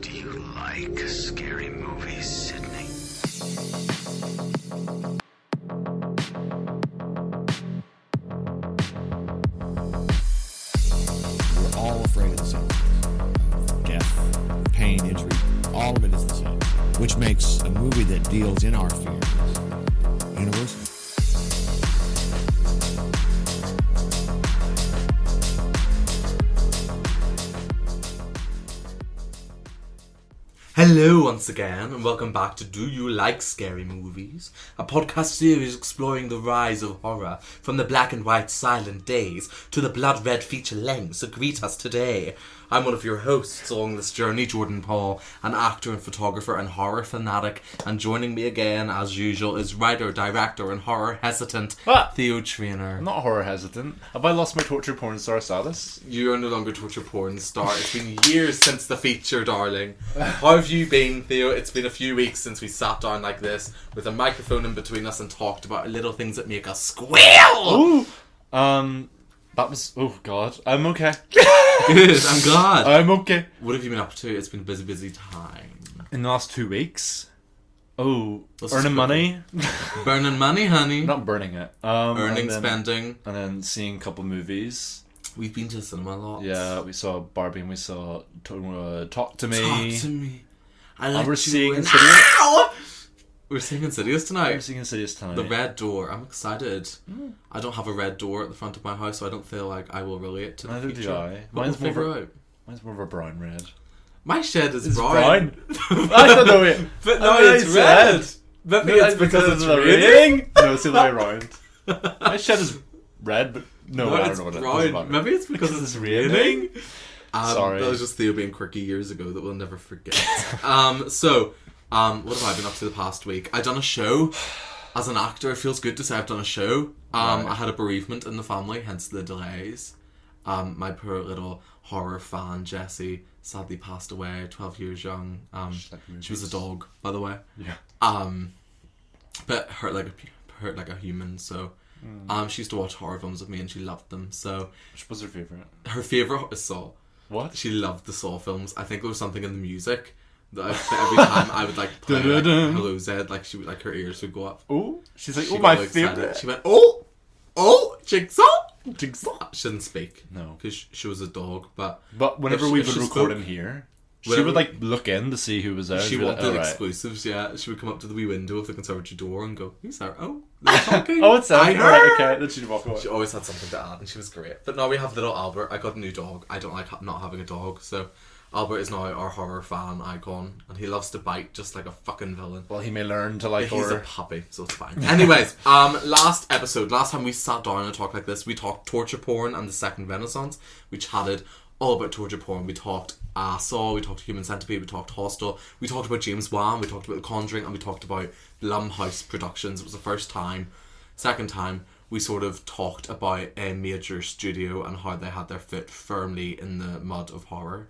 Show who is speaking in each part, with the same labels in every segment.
Speaker 1: Do you like scary movies, Sydney?
Speaker 2: We're all afraid of the same. things. Death, pain, injury, all of it is the same. Which makes a movie that deals in our fears universal.
Speaker 3: Hello once again, and welcome back to Do You Like Scary Movies? A podcast series exploring the rise of horror from the black and white silent days to the blood red feature lengths that greet us today. I'm one of your hosts along this journey, Jordan Paul, an actor and photographer and horror fanatic, and joining me again, as usual, is writer, director, and horror hesitant
Speaker 4: What?
Speaker 3: Theo Trainer.
Speaker 4: I'm not horror hesitant. Have I lost my torture porn star status?
Speaker 3: You are no longer torture porn star. It's been years since the feature, darling. How have you been, Theo? It's been a few weeks since we sat down like this with a microphone in between us and talked about little things that make us squeal.
Speaker 4: Ooh! Um, that was. Oh god. I'm okay.
Speaker 3: Good, I'm glad.
Speaker 4: I'm okay.
Speaker 3: what have you been up to? It's been a busy, busy time.
Speaker 4: In the last two weeks. Oh,
Speaker 3: Let's
Speaker 4: earning
Speaker 3: just
Speaker 4: money.
Speaker 3: Burning money, honey.
Speaker 4: not burning it. Um,
Speaker 3: Earning,
Speaker 4: and then,
Speaker 3: spending.
Speaker 4: And then seeing a couple movies.
Speaker 3: We've been to the cinema a lot.
Speaker 4: Yeah, we saw Barbie and we saw to, uh, Talk to Me.
Speaker 3: Talk to me. I like
Speaker 4: And Oh, we're
Speaker 3: you
Speaker 4: seeing
Speaker 3: and-
Speaker 4: Insidious.
Speaker 3: Ow! We're seeing Insidious
Speaker 4: We're
Speaker 3: tonight.
Speaker 4: seeing Insidious tonight.
Speaker 3: The red door. I'm excited.
Speaker 4: Hmm.
Speaker 3: I don't have a red door at the front of my house, so I don't feel like I will relate to the
Speaker 4: Neither do
Speaker 3: future.
Speaker 4: I.
Speaker 3: But
Speaker 4: Mine's
Speaker 3: we'll figure
Speaker 4: more-
Speaker 3: out.
Speaker 4: Mine's more of a brown red.
Speaker 3: My shed is brown.
Speaker 4: brown? I don't know it.
Speaker 3: But
Speaker 4: I
Speaker 3: no,
Speaker 4: thought
Speaker 3: it's
Speaker 4: you
Speaker 3: red.
Speaker 4: said.
Speaker 3: Maybe
Speaker 4: No,
Speaker 3: it's
Speaker 4: that's because,
Speaker 3: because it's
Speaker 4: of the
Speaker 3: raining.
Speaker 4: reading. No, it's the other way around. My shed is red, but no,
Speaker 3: No, it's
Speaker 4: I don't know what it
Speaker 3: brown.
Speaker 4: is.
Speaker 3: Maybe it's because, it's raining. Um,
Speaker 4: Sorry.
Speaker 3: That was just Theo being quirky years ago that we'll never forget. um, so, um, what have I been up to the past week? I've done a show. As an actor, it feels good to say I've done a show. Um, I had a bereavement in the family, hence the delays. Um, my poor little horror fan, Jessie, sadly passed away, 12 years young. Um, she was a dog, by the way.
Speaker 4: Yeah.
Speaker 3: Um, but hurt like a hurt like a human. So,
Speaker 4: Mm.
Speaker 3: um, she used to watch horror films with me, and she loved them. So,
Speaker 4: Which was her favorite?
Speaker 3: her favorite was Saw.
Speaker 4: What?
Speaker 3: She loved the Saw films. I think there was something in the music that, I, that every time I would like play like,
Speaker 4: Dun-dun-dun.
Speaker 3: Hello Zed, like she would like her ears would go up.
Speaker 4: Oh, she's like,
Speaker 3: She
Speaker 4: oh,
Speaker 3: got
Speaker 4: my
Speaker 3: all excited.
Speaker 4: favorite.
Speaker 3: She went, oh, oh, Jigsaw.
Speaker 4: Jigsaw.
Speaker 3: She didn't speak.
Speaker 4: No.
Speaker 3: because she was a dog. But
Speaker 4: But whenever
Speaker 3: If she-
Speaker 4: we
Speaker 3: if
Speaker 4: would
Speaker 3: she
Speaker 4: record
Speaker 3: spoke-
Speaker 4: in here, she
Speaker 3: Whenever-
Speaker 4: would like look in to see who was there. and
Speaker 3: she
Speaker 4: be like,
Speaker 3: wanted
Speaker 4: "All right."
Speaker 3: exclusives. Yeah, she would come up to the wee window of the conservatory door and go, "Who's there? Oh, they're talking.
Speaker 4: Oh, it's her.
Speaker 3: I
Speaker 4: All right,
Speaker 3: heard."
Speaker 4: okay. Then she'd walk away.
Speaker 3: She always had something to add, and she was great. But now we have little Albert. I got a new dog. I don't like ha- not having a dog, so Albert is now our horror fan icon, and he loves to bite just like a fucking villain.
Speaker 4: Well, he may learn to like
Speaker 3: But he's a
Speaker 4: horror.
Speaker 3: puppy, so it's fine. Anyways, um, last episode, last time we sat down and talked like this, we talked torture porn and the second renaissance. We chatted all about torture porn. We talked uh, Saw, we talked Human Centipede, we talked Hostel, we talked about James Wan, we talked about The Conjuring, and we talked about Blumhouse Productions. It was the first time, second time we sort of talked about a major studio and how they had their foot firmly in the mud of horror.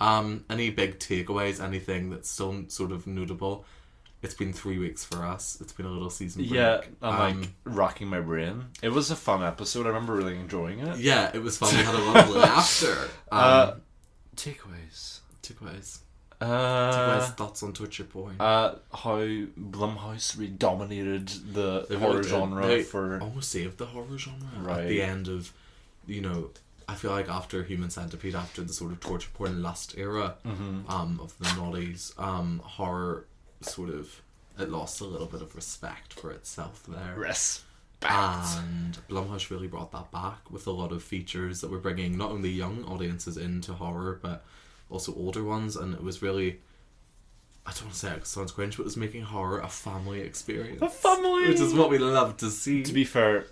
Speaker 3: Um, any big takeaways? Anything that's still sort of notable? It's been three weeks for us. It's been a little season break.
Speaker 4: Yeah, I'm
Speaker 3: Um,
Speaker 4: like rocking my brain. It was a fun episode. I remember really enjoying it.
Speaker 3: yeah, it was fun. We had a lot of laughter. Um,
Speaker 4: Uh, Takeaways.
Speaker 3: takeaways. Takeaways.
Speaker 4: Uh,
Speaker 3: thoughts on torture porn.
Speaker 4: uh, how Blumhouse redominated the
Speaker 3: They
Speaker 4: horror
Speaker 3: really did.
Speaker 4: genre
Speaker 3: They Oh.
Speaker 4: for
Speaker 3: almost saved the horror genre at
Speaker 4: Right.
Speaker 3: the end of, you know, I feel like after Human Centipede, after the sort of torture porn lust era
Speaker 4: Mm-hmm.
Speaker 3: um, of the noughties, um, horror sort of it lost a little bit of respect for itself there. Ah.
Speaker 4: respect.
Speaker 3: And Blumhouse really brought that back with a lot of features that were bringing not only young audiences into horror, but also older ones. And it was really, I don't want to say it sounds cringe, but it was making horror a family experience.
Speaker 4: A family!
Speaker 3: Which is what we love to see.
Speaker 4: to be fair,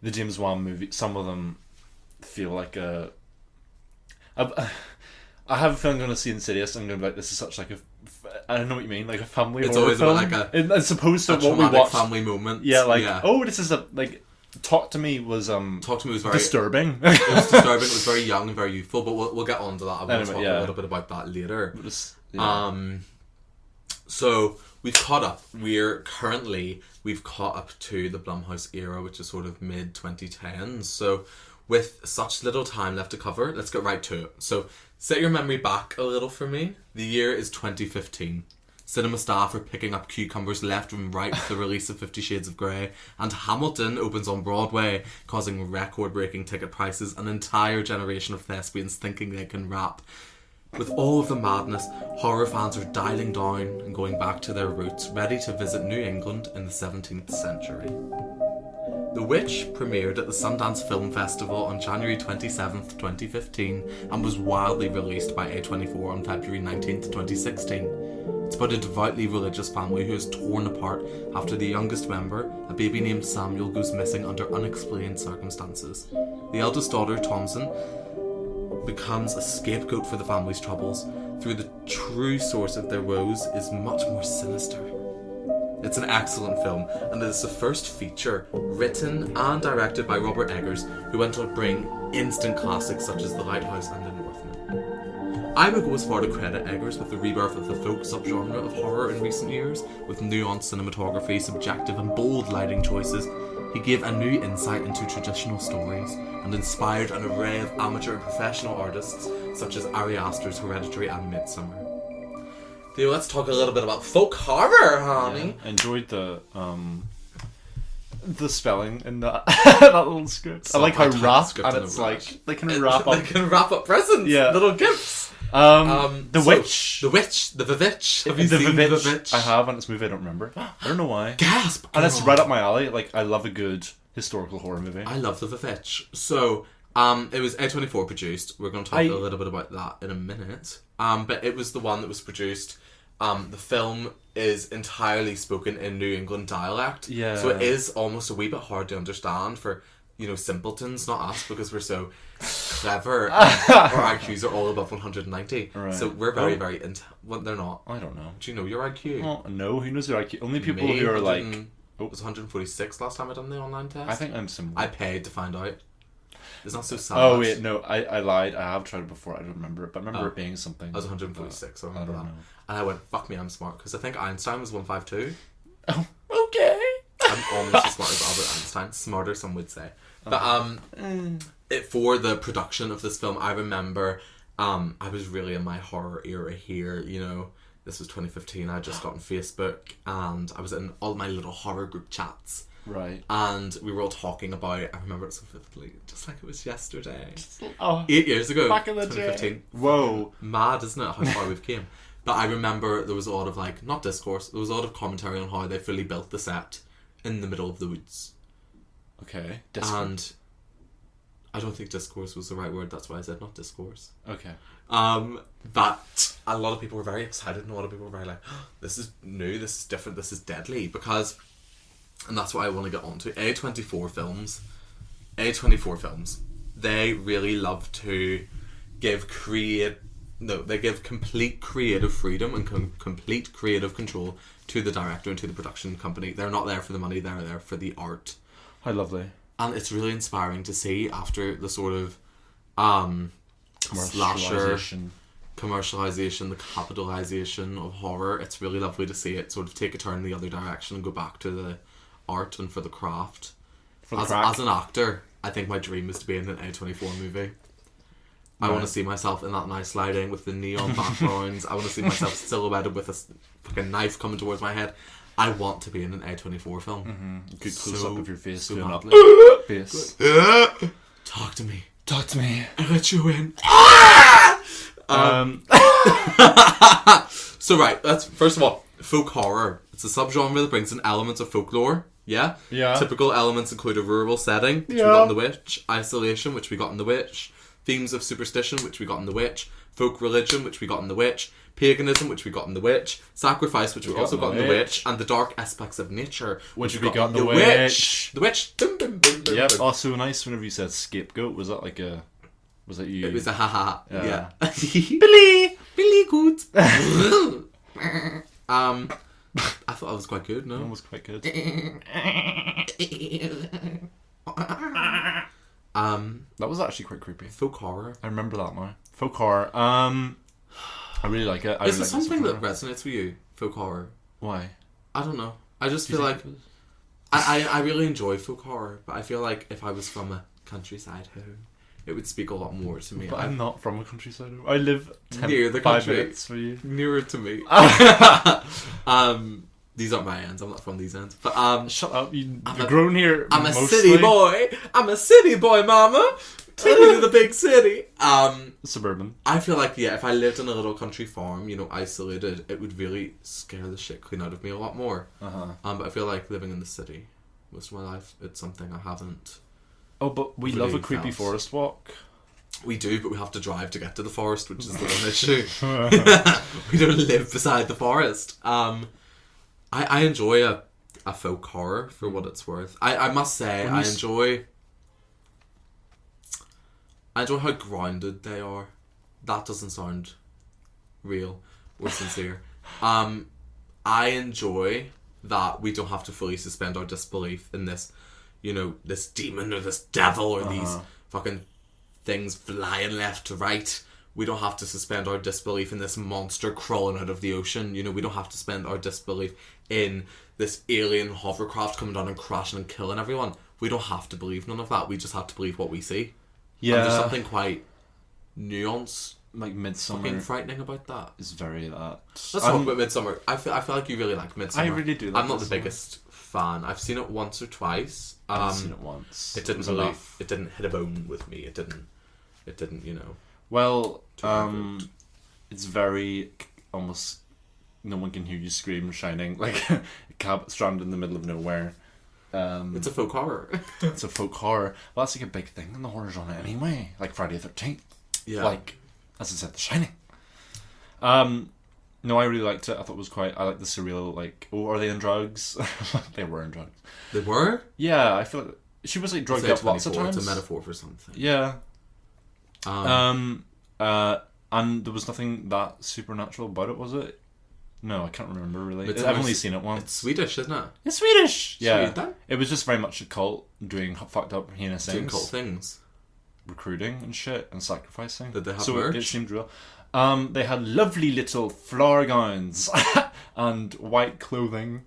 Speaker 4: the James Wan movie, some of them feel like a. I, I have a feeling I'm going to see Insidious. and I'm going to be like, this is such like a. f- I don't know what you mean, like a family.
Speaker 3: It's
Speaker 4: horror
Speaker 3: always
Speaker 4: film.
Speaker 3: about like a-
Speaker 4: It- It's supposed to
Speaker 3: a
Speaker 4: what we
Speaker 3: traumatic
Speaker 4: watched.
Speaker 3: family moment.
Speaker 4: Yeah, like oh, this is a like. Talk to me was um
Speaker 3: Talk to me was very
Speaker 4: disturbing.
Speaker 3: It was disturbing. It was very young and very youthful, but we'll, we'll get on to that. I want
Speaker 4: Anyway,
Speaker 3: to talk
Speaker 4: yeah.
Speaker 3: a little bit about that later.
Speaker 4: Just-
Speaker 3: Um, so we've caught up. We're currently we've caught up to the Blumhouse era, which is sort of mid 2010s. So with such little time left to cover, let's get right to it. So set your memory back a little for me. The year is 2015. Cinema staff are picking up cucumbers left and right with the release of Fifty Shades of Grey, and Hamilton opens on Broadway, causing record breaking ticket prices, an entire generation of thespians thinking they can rap. With all of the madness, horror fans are dialing down and going back to their roots, ready to visit New England in the 17th century. The Witch premiered at the Sundance Film Festival on January 27, 2015, and was widely released by A24 on February 19, 2016. It's about a devoutly religious family who is torn apart after the youngest member, a baby named Samuel, goes missing under unexplained circumstances. The eldest daughter, Thompson, becomes a scapegoat for the family's troubles through the true source of their woes is much more sinister. It's an excellent film, and it is the first feature written and directed by Robert Eggers, who went on to bring instant classics such as The Lighthouse and The Northman. I would go as far to credit Eggers with the rebirth of the folk subgenre of horror in recent years, with nuanced cinematography, subjective and bold lighting choices. He gave a new insight into traditional stories and inspired an array of amateur and professional artists such as Ari Aster's Hereditary and Midsummer. Theo, let's talk a little bit about folk horror, honey.
Speaker 4: enjoyed the um the spelling in that that little script. I like how
Speaker 3: Subtitle
Speaker 4: rap
Speaker 3: script
Speaker 4: and
Speaker 3: in a
Speaker 4: it's
Speaker 3: rush.
Speaker 4: like they can wrap
Speaker 3: they
Speaker 4: up.
Speaker 3: can wrap up presents,
Speaker 4: Yeah.
Speaker 3: little gifts.
Speaker 4: Um,
Speaker 3: Um,
Speaker 4: the
Speaker 3: so-
Speaker 4: witch.
Speaker 3: the witch, the vivitch. Have you
Speaker 4: the
Speaker 3: seen the
Speaker 4: Vivitch.
Speaker 3: vivitch?
Speaker 4: I have, and it's a movie I don't remember. I don't know why.
Speaker 3: Gasp!
Speaker 4: And it's
Speaker 3: girl.
Speaker 4: right up my alley. Like I love a good historical horror movie.
Speaker 3: I love the vivitch. So, um, it was A24 produced. We're going to talk
Speaker 4: I-
Speaker 3: a little bit about that in a minute. Um, but it was the one that was produced. Um, the film is entirely spoken in New England dialect.
Speaker 4: Yeah.
Speaker 3: So it is almost a wee bit hard to understand for. You know, simpletons, not us, because we're so clever. and Our IQs are all above 190.
Speaker 4: Right.
Speaker 3: So we're very,
Speaker 4: Oh.
Speaker 3: very. Int- well, they're not.
Speaker 4: I don't know.
Speaker 3: Do you know your IQ?
Speaker 4: Well, no, who knows their IQ? Only people
Speaker 3: Me,
Speaker 4: who are like.
Speaker 3: didn't-
Speaker 4: Oh,
Speaker 3: It was 146 last time I done the online test.
Speaker 4: I think I'm similar.
Speaker 3: I paid to find out. It's not so sad.
Speaker 4: oh wait, no, I, I lied. I have tried it before. I don't remember it, but I remember
Speaker 3: Oh.
Speaker 4: it being something.
Speaker 3: I was 146. I
Speaker 4: I
Speaker 3: remember
Speaker 4: don't
Speaker 3: that.
Speaker 4: know.
Speaker 3: And I went, "Fuck me, I'm smart," because I think Einstein was 152.
Speaker 4: Okay.
Speaker 3: I'm almost as smart as Albert Einstein. Smarter, some would say. But
Speaker 4: Uh-huh.
Speaker 3: um, it, for the production of this film, I remember um, I was really in my horror era here. You know, this was 2015. I just got on Facebook, and I was in all my little horror group chats.
Speaker 4: Right.
Speaker 3: and we were all talking about it. I remember it so vividly, just like it was yesterday.
Speaker 4: Oh.
Speaker 3: Eight years ago,
Speaker 4: Back in the day.
Speaker 3: 2015.
Speaker 4: Whoa.
Speaker 3: Mad, isn't it? How far we've came. But I remember there was a lot of like not discourse. There was a lot of commentary on how they fully built the set in the middle of the woods,
Speaker 4: Okay. Discord.
Speaker 3: and I don't think discourse was the right word. That's why I said not discourse.
Speaker 4: okay.
Speaker 3: Um, but a lot of people were very excited, and a lot of people were very like, "Oh, "This is new. This is different. This is deadly." Because, and that's what I want to get on to. A twenty four films, A twenty four films. They really love to give create. No, they give complete creative freedom and com- complete creative control to the director and to the production company. They're not there for the money; they're there for the art.
Speaker 4: How lovely.
Speaker 3: and it's really inspiring to see after the sort of um slasher
Speaker 4: Commercialization.
Speaker 3: commercialization the capitalization of horror it's really lovely to see it sort of take a turn the other direction and go back to the art and for the craft
Speaker 4: For the
Speaker 3: as,
Speaker 4: crack.
Speaker 3: as an actor i think my dream is to be in an a24 movie I want to see myself in that nice lighting with the neon backgrounds. I want to see myself silhouetted with a s- fucking knife coming towards my head. I want to be in an A24 film.
Speaker 4: Good
Speaker 3: So-
Speaker 4: close up of your face.
Speaker 3: so
Speaker 4: doing
Speaker 3: badly.
Speaker 4: that face.
Speaker 3: Talk to me.
Speaker 4: Talk to me. Ah!
Speaker 3: I let you in.
Speaker 4: Um,
Speaker 3: So right, that's first of all, folk horror. It's a subgenre that brings in elements of folklore. Yeah.
Speaker 4: Yeah.
Speaker 3: Typical elements include a rural setting, which we got in The Witch, isolation, which we got in The Witch, themes of superstition, which we got in The Witch, folk religion, which we got in The Witch, paganism, which we got in The Witch, sacrifice, which we, also
Speaker 4: in
Speaker 3: got
Speaker 4: The
Speaker 3: in The
Speaker 4: Witch.
Speaker 3: Witch, and the dark aspects of nature,
Speaker 4: Which we got in The Witch.
Speaker 3: The Witch. Dum, dum, dum, dum,
Speaker 4: yep.
Speaker 3: dum.
Speaker 4: Also nice whenever you said scapegoat. Was that like a? Was that you?
Speaker 3: It was a ha ha. ha.
Speaker 4: Yeah.
Speaker 3: Yeah. Billy! Billy good. um I thought I was quite good,
Speaker 4: That
Speaker 3: no?
Speaker 4: was quite good.
Speaker 3: um
Speaker 4: That was actually quite creepy.
Speaker 3: folk horror.
Speaker 4: I remember that now. Folk horror. Um, I really like it. I
Speaker 3: Is
Speaker 4: really
Speaker 3: it
Speaker 4: like
Speaker 3: something
Speaker 4: this
Speaker 3: that resonates with you, folk horror?
Speaker 4: Why?
Speaker 3: I don't know. I just feel like I, I, I really enjoy folk horror, but I feel like if I was from a countryside home, it would speak a lot more to me.
Speaker 4: But
Speaker 3: I'm
Speaker 4: I'm not from a countryside. I live ten,
Speaker 3: Near the
Speaker 4: five
Speaker 3: country.
Speaker 4: minutes for you.
Speaker 3: nearer to me. um these aren't my ends, I'm not from these ends. But um
Speaker 4: Shut up! You,
Speaker 3: I'm
Speaker 4: you're
Speaker 3: a-
Speaker 4: grown here.
Speaker 3: I'm a
Speaker 4: mostly.
Speaker 3: city boy. I'm a city boy, mama. Take me to the big city. Um,
Speaker 4: Suburban.
Speaker 3: I feel like yeah, if I lived in a little country farm, you know, isolated, it would really scare the shit clean out of me a lot more.
Speaker 4: Uh-huh.
Speaker 3: Um, but I feel like living in the city most of my life, it's something I haven't.
Speaker 4: Oh, but we
Speaker 3: Really
Speaker 4: love a creepy
Speaker 3: felt.
Speaker 4: forest walk.
Speaker 3: We do, but we have to drive to get to the forest, which is the one issue. we don't live beside the forest. Um, I I enjoy a a folk horror for what it's worth. I I must say
Speaker 4: you
Speaker 3: I
Speaker 4: s-
Speaker 3: enjoy. I enjoy how grounded they are. That doesn't sound real or sincere. um, I enjoy that we don't have to fully suspend our disbelief in this, you know, this demon or this devil or
Speaker 4: Uh-huh.
Speaker 3: these fucking things flying left to right. We don't have to suspend our disbelief in this monster crawling out of the ocean. You know, we don't have to spend our disbelief in this alien hovercraft coming down and crashing and killing everyone. We don't have to believe none of that. We just have to believe what we see.
Speaker 4: Yeah,
Speaker 3: And there's something quite nuanced
Speaker 4: like midsummer
Speaker 3: and frightening about that.
Speaker 4: is very that.
Speaker 3: Let's talk
Speaker 4: Um,
Speaker 3: about Midsummer. I feel, I feel like you really like Midsummer.
Speaker 4: I really do like
Speaker 3: I'm not the
Speaker 4: Midsommar.
Speaker 3: biggest fan. I've seen it once or twice. Um,
Speaker 4: I've seen it once.
Speaker 3: It didn't
Speaker 4: was
Speaker 3: really,
Speaker 4: enough.
Speaker 3: It didn't hit a bone with me. It didn't. It didn't. You know.
Speaker 4: Well,
Speaker 3: my
Speaker 4: um, it's very almost no one can hear you scream, shining like a cab stranded in the middle of nowhere. Um,
Speaker 3: It's a folk horror.
Speaker 4: it's a folk horror. Well, that's like a big thing in the horror genre anyway. Like Friday the Thirteenth.
Speaker 3: yeah.
Speaker 4: Like as I said, The Shining. Um, no, I really liked it. I thought it was quite. I like the surreal. Like, oh, are they on drugs? they were on drugs.
Speaker 3: they were.
Speaker 4: Yeah, I feel like she was like drugged
Speaker 3: Say
Speaker 4: up lots of
Speaker 3: 24,
Speaker 4: times.
Speaker 3: It's a metaphor for something.
Speaker 4: Yeah.
Speaker 3: Um,
Speaker 4: Um. Uh. And there was nothing that supernatural about it, was it? No, I can't remember really.
Speaker 3: It's
Speaker 4: I've
Speaker 3: almost-
Speaker 4: only seen it once.
Speaker 3: it's Swedish, isn't it?
Speaker 4: It's Swedish. Yeah.
Speaker 3: Sweden?
Speaker 4: It was just very much a cult doing h- fucked up heinous
Speaker 3: Doing
Speaker 4: things,
Speaker 3: cool things.
Speaker 4: recruiting and shit, and sacrificing.
Speaker 3: Did they have
Speaker 4: so it, it
Speaker 3: merch?
Speaker 4: seemed real. Um, they had lovely little flower gowns and white clothing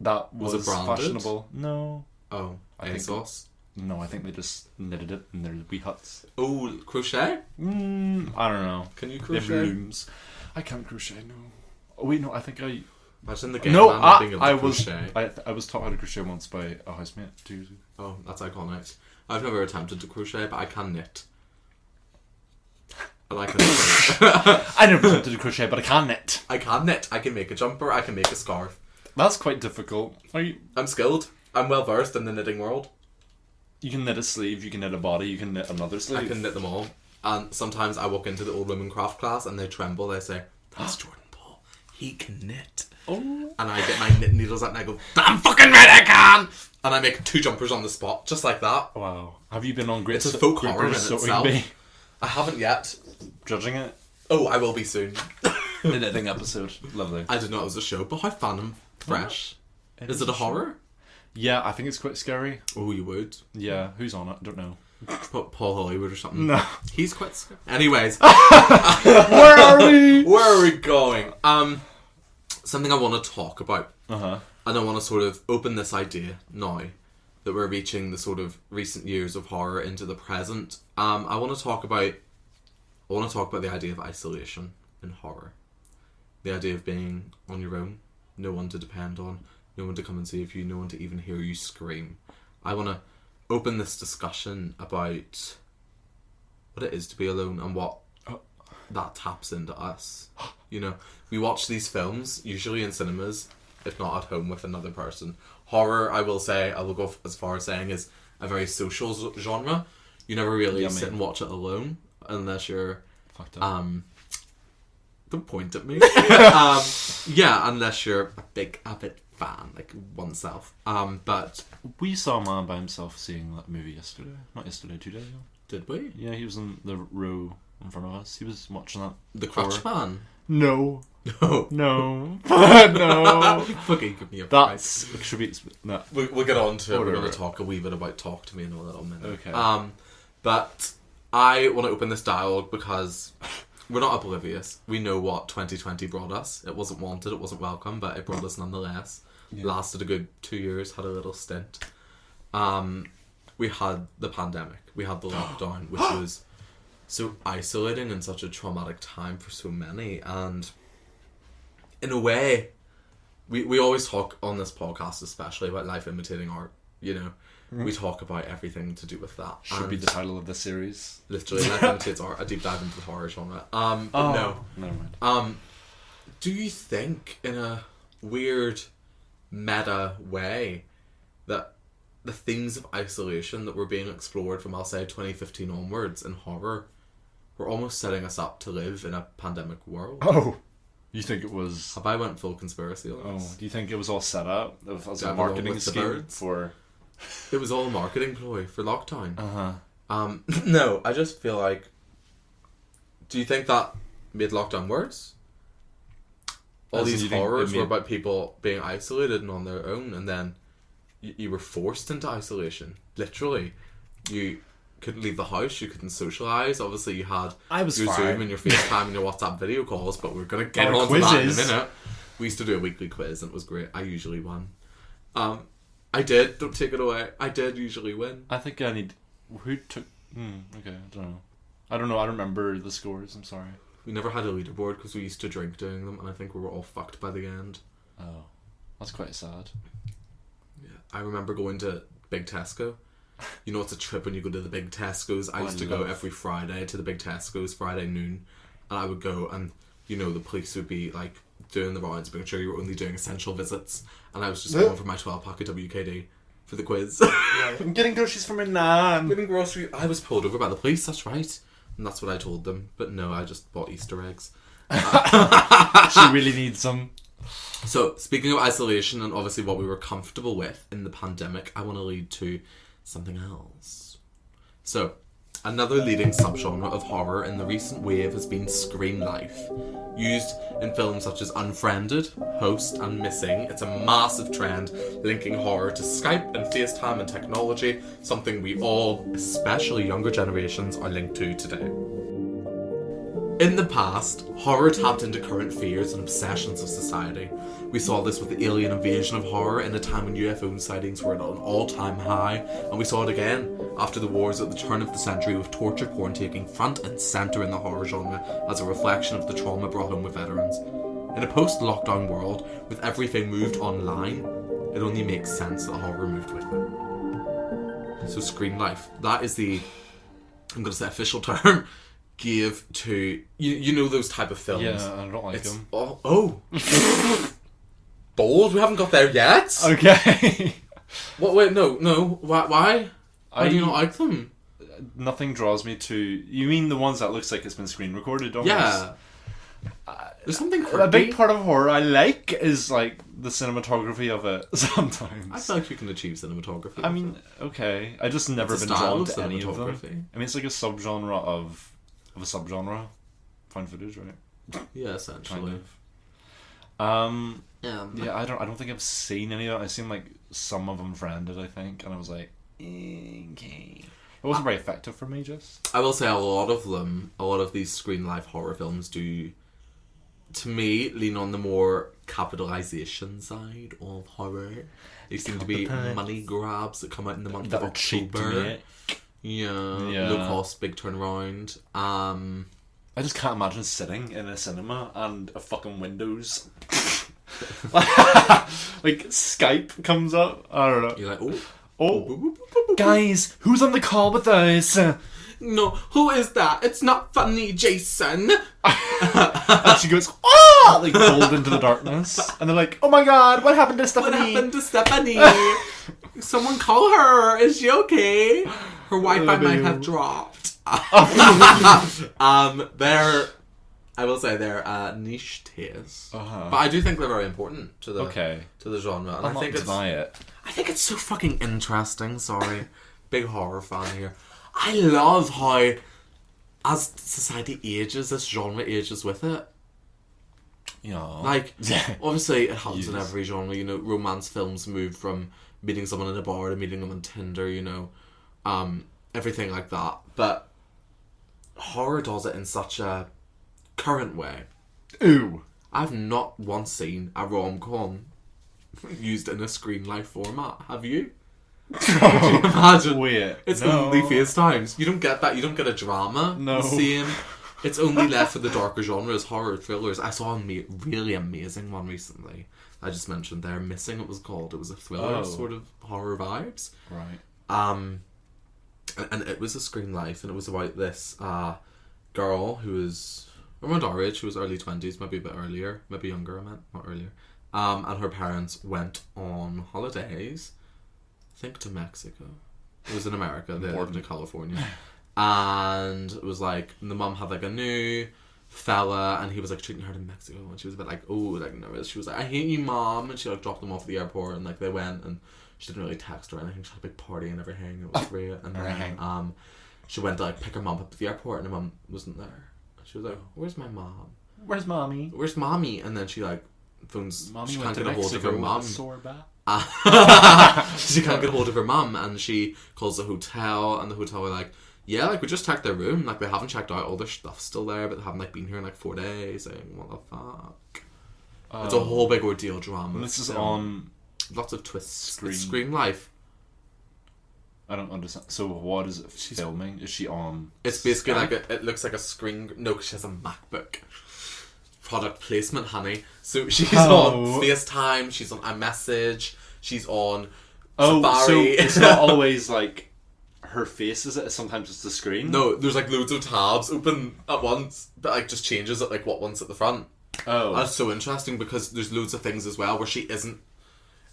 Speaker 4: that
Speaker 3: Was
Speaker 4: was,
Speaker 3: it branded?
Speaker 4: fashionable. No,
Speaker 3: Oh,
Speaker 4: I
Speaker 3: I
Speaker 4: think-
Speaker 3: sauce.
Speaker 4: no, I think they just knitted it in their wee huts.
Speaker 3: Oh, crochet.
Speaker 4: Mm, I don't know.
Speaker 3: Can you
Speaker 4: They have
Speaker 3: crochet?
Speaker 4: looms. I can't crochet. No. Oh, wait, no. I think I.
Speaker 3: Imagine the game.
Speaker 4: no,
Speaker 3: man not being
Speaker 4: I,
Speaker 3: able to
Speaker 4: I was.
Speaker 3: crochet.
Speaker 4: I, I was taught how to crochet once by a housemate. Two years ago.
Speaker 3: Oh, that's iconic. I've never attempted to crochet, but I can knit. And I can,
Speaker 4: I never attempted to crochet, but I can knit.
Speaker 3: I can knit. I can make a jumper. I can make a scarf.
Speaker 4: That's quite difficult. Are you?
Speaker 3: I'm skilled. I'm well versed in the knitting world.
Speaker 4: You can knit a sleeve. You can knit a body. You can knit another
Speaker 3: I
Speaker 4: sleeve.
Speaker 3: can knit them all. And sometimes I walk into the old women craft class and they tremble. They say, "That's Jordan Paul. He can knit."
Speaker 4: Oh.
Speaker 3: And I get my knitting needles out and I go, "I'm fucking right, I can!" And I make two jumpers on the spot, just like that.
Speaker 4: Wow. Have you been on great?
Speaker 3: It's a
Speaker 4: Sto-
Speaker 3: folk
Speaker 4: Great
Speaker 3: horror
Speaker 4: British
Speaker 3: in
Speaker 4: Sewing
Speaker 3: itself.
Speaker 4: Bee?
Speaker 3: I haven't yet.
Speaker 4: Judging it.
Speaker 3: Oh, I will be soon.
Speaker 4: The knitting episode. Lovely.
Speaker 3: I didn't know it was a show, but how fun and fresh. Is it a horror?
Speaker 4: Yeah, I think it's quite scary.
Speaker 3: Oh, you would.
Speaker 4: Yeah, who's on it? I don't know.
Speaker 3: Put Paul Hollywood or something.
Speaker 4: No.
Speaker 3: He's quite scary. Anyways,
Speaker 4: Where are we?
Speaker 3: where are we going? Um, something I want to talk about.
Speaker 4: Uh huh.
Speaker 3: and I want to sort of open this idea now that we're reaching the sort of recent years of horror into the present. Um, I want to talk about I want to talk about the idea of isolation in horror, the idea of being on your own, no one to depend on, no one to come and save you, no one to even hear you scream. I want to open this discussion about what it is to be alone and what that taps into us. You know, we watch these films usually in cinemas, if not at home with another person. Horror, I will say, I will go f- as far as saying, is a very social z- genre. You never really
Speaker 4: Yummy.
Speaker 3: sit and watch it alone unless you're.
Speaker 4: Fucked up.
Speaker 3: Um, don't point at me. um, yeah, unless you're a big Abbott fan, like oneself. Um, but
Speaker 4: we saw a man by himself seeing that movie yesterday. Not yesterday, two days ago.
Speaker 3: did we?
Speaker 4: Yeah, he was in the row in front of us. He was watching that.
Speaker 3: The Crutch Man.
Speaker 4: No.
Speaker 3: No.
Speaker 4: No. no.
Speaker 3: Fucking give me a break.
Speaker 4: That's attributes. No.
Speaker 3: we, we'll get on to it. We're
Speaker 4: Whatever.
Speaker 3: going to talk a wee bit about Talk to Me in a little minute.
Speaker 4: Okay.
Speaker 3: Um, but I want to open this dialogue because we're not oblivious. We know what 2020 brought us. It wasn't wanted, it wasn't welcome, but it brought us nonetheless. Lasted a good two years, had a little stint. Um, we had the pandemic, we had the lockdown, which was so isolating and such a traumatic time for so many. And in a way, we, we always talk on this podcast, especially about life imitating art. You know, we talk about everything to do with that.
Speaker 4: Mm-hmm. Should be
Speaker 3: And
Speaker 4: the title of the series.
Speaker 3: literally life imitates art. A deep dive into the horror genre. Um, but no.
Speaker 4: Oh, Never mind.
Speaker 3: Um, do you think, in a weird meta way, that the themes of isolation that were being explored from, I'll say, 2015 onwards in horror, were almost setting us up to live in a pandemic world?
Speaker 4: Oh. You think it was.
Speaker 3: Have I went full conspiracy on
Speaker 4: Oh,
Speaker 3: this?
Speaker 4: do you think it was all set up of- as a
Speaker 3: Devil
Speaker 4: marketing
Speaker 3: with the
Speaker 4: scheme
Speaker 3: birds?
Speaker 4: for. Oh.
Speaker 3: It was all a marketing ploy for lockdown.
Speaker 4: Uh huh.
Speaker 3: Um, no, I just feel like. Do you think that made lockdown worse? All
Speaker 4: As in
Speaker 3: these
Speaker 4: you think
Speaker 3: horrors
Speaker 4: it made-
Speaker 3: were about people being isolated and on their own, and then you, you were forced into isolation. Literally, you couldn't leave the house. You couldn't socialize. Obviously, you had
Speaker 4: I was
Speaker 3: your
Speaker 4: fine.
Speaker 3: Zoom and your FaceTime and your WhatsApp video calls. But we're gonna get
Speaker 4: Or
Speaker 3: on to that in a
Speaker 4: quizzes.
Speaker 3: minute. We used to do a weekly quiz, and it was great. I usually won. Um, I did. Don't take it away. I did usually win.
Speaker 4: I think I need. Who took? Hmm, okay, I don't know. I don't know. I don't remember the scores. I'm sorry.
Speaker 3: We never had a leaderboard because we used to drink doing them, and I think we were all fucked by the end.
Speaker 4: Oh, that's quite sad.
Speaker 3: I remember going to Big Tesco. You know, it's a trip when you go to the Big Tesco's. I used to go
Speaker 4: love-
Speaker 3: every Friday to the Big Tesco's Friday noon, and I would go, and you know, the police would be like doing the rounds, making sure you were only doing essential visits, and I was just going for my 12 pack of WKD for the quiz.
Speaker 4: I'm getting groceries from my nan.
Speaker 3: Living grocery. I was pulled over by the police. That's right, and that's what I told them. But no, I just bought Easter eggs.
Speaker 4: she really needs some.
Speaker 3: So, speaking of isolation and obviously what we were comfortable with in the pandemic, I want to lead to something else. So, another leading subgenre of horror in the recent wave has been scream life. Used in films such as Unfriended, Host, and Missing, it's a massive trend linking horror to Skype and FaceTime and technology, something we all, especially younger generations, are linked to today. In the past, horror tapped into current fears and obsessions of society. We saw this with the alien invasion of horror in a time when UFO sightings were at an all time high, and we saw it again after the wars at the turn of the century with torture porn taking front and centre in the horror genre as a reflection of the trauma brought home with veterans. In a post lockdown world, with everything moved online, it only makes sense that horror moved with it. So, Scream Life, that is the I'm gonna say official term give to you you know those type of films.
Speaker 4: Yeah, I don't like
Speaker 3: It's-
Speaker 4: them.
Speaker 3: oh, oh. bold. We haven't got there yet.
Speaker 4: Okay.
Speaker 3: What? Wait, no, no. Why? Why? Why do you
Speaker 4: I-
Speaker 3: not like them?
Speaker 4: Nothing draws me to. You mean the ones that looks like it's been screen recorded? Almost?
Speaker 3: Yeah. There's something creepy.
Speaker 4: A big part of horror I like is like the cinematography of it. Sometimes.
Speaker 3: I feel like you can achieve cinematography.
Speaker 4: I mean, okay. I just never
Speaker 3: It's a
Speaker 4: been
Speaker 3: style
Speaker 4: drawn
Speaker 3: of
Speaker 4: to any of
Speaker 3: cinematography.
Speaker 4: them. I mean, it's like a subgenre of of a subgenre. Found footage, right?
Speaker 3: yeah, essentially.
Speaker 4: Kind of. Um,
Speaker 3: Um,
Speaker 4: yeah, I don't. I don't think I've seen any of it. I've seen like some of them friended, I think, and I was like, okay. It wasn't very effective for me, just.
Speaker 3: I will say a lot of them, a lot of these screen life horror films do, to me, lean on the more capitalization side of horror. They seem to be money grabs that come out in the month of
Speaker 4: That are cheap to
Speaker 3: October.
Speaker 4: me.
Speaker 3: Yeah,
Speaker 4: Yeah.
Speaker 3: low cost, big turnaround. Um,
Speaker 4: I just can't imagine sitting in a cinema and a fucking Windows. like Skype comes up. I don't know.
Speaker 3: you're like, oh,
Speaker 4: Oh, guys, who's on the call with us? And
Speaker 3: no, who is that? It's not funny, Jason.
Speaker 4: she goes, ah, like pulled into the darkness, and they're like, oh my god, what happened to
Speaker 3: What
Speaker 4: Stephanie?
Speaker 3: happened to Stephanie? Someone call her. Is she okay? Her Wi-Fi might have dropped. um, they're, I will say they're uh, niche tears,
Speaker 4: Uh-huh.
Speaker 3: but I do think they're very important to the
Speaker 4: Okay.
Speaker 3: to the genre. And
Speaker 4: I'm
Speaker 3: I
Speaker 4: not
Speaker 3: think it's
Speaker 4: deny it.
Speaker 3: I think it's so fucking interesting. Sorry, big horror fan here. I love how, as society ages, this genre ages with it.
Speaker 4: Yeah.
Speaker 3: Like,
Speaker 4: Yeah.
Speaker 3: obviously, it happens in
Speaker 4: Yes.
Speaker 3: every genre. You know, romance films move from meeting someone in a bar to meeting them on Tinder. You know, um, everything like that. But horror does it in such a current way.
Speaker 4: ooh.
Speaker 3: I've not once seen a rom com used in a screen life format. Have you? Could you imagine?
Speaker 4: Oh, Weird.
Speaker 3: It's
Speaker 4: No.
Speaker 3: only fierce times. You don't get that. You don't get a drama.
Speaker 4: No.
Speaker 3: The same. It's only left for the darker genres, horror thrillers. I saw a ma- really amazing one recently. I just mentioned there, missing. It was called. It was a thriller,
Speaker 4: Oh.
Speaker 3: sort of horror vibes.
Speaker 4: Right.
Speaker 3: Um, and- and it was a screen life, and it was about this uh, girl who was around our age, who was early twenties, maybe a bit earlier, maybe younger. I meant not earlier. Um, and her parents went on holidays, I think to Mexico. It was in America. They lived in California, and it was like the mom had like a new fella and he was like treating her to Mexico and she was a bit like oh like nervous she was like I hate you mom and she like dropped them off at the airport and like they went and she didn't really text or anything she had a big party and everything it was great and then
Speaker 4: Everything.
Speaker 3: um she went to like pick her mom up at the airport and her mom wasn't there And she was like where's my mom
Speaker 4: Where's mommy?
Speaker 3: where's mommy and then she like phones
Speaker 4: Mommy
Speaker 3: she
Speaker 4: went
Speaker 3: can't
Speaker 4: to
Speaker 3: get a hold of her
Speaker 4: Mexico with a
Speaker 3: mom
Speaker 4: sore back.
Speaker 3: she can't get hold of her mum, and she calls the hotel, and the hotel are like, "Yeah, like we just checked their room, like they haven't checked out, all their stuff's still there, but they haven't like been here in like four days." And what the fuck? It's a whole big ordeal drama.
Speaker 4: Um, This is
Speaker 3: So,
Speaker 4: on.
Speaker 3: lots of twists. Screen,
Speaker 4: Screen.
Speaker 3: screen life.
Speaker 4: I don't understand. So what is it filming? Is she on?
Speaker 3: It's basically
Speaker 4: Skype?
Speaker 3: like a, it looks like a screen. No, 'cause she has a MacBook. Product placement, honey. So she's
Speaker 4: Oh.
Speaker 3: on FaceTime. She's on iMessage. She's on.
Speaker 4: Oh,
Speaker 3: Safari.
Speaker 4: so it's not always like her face, is it? Sometimes it's the screen.
Speaker 3: No, there's like loads of tabs open at once, but like just changes it like what one's at the front.
Speaker 4: Oh,
Speaker 3: That's so interesting because there's loads of things as well where she isn't.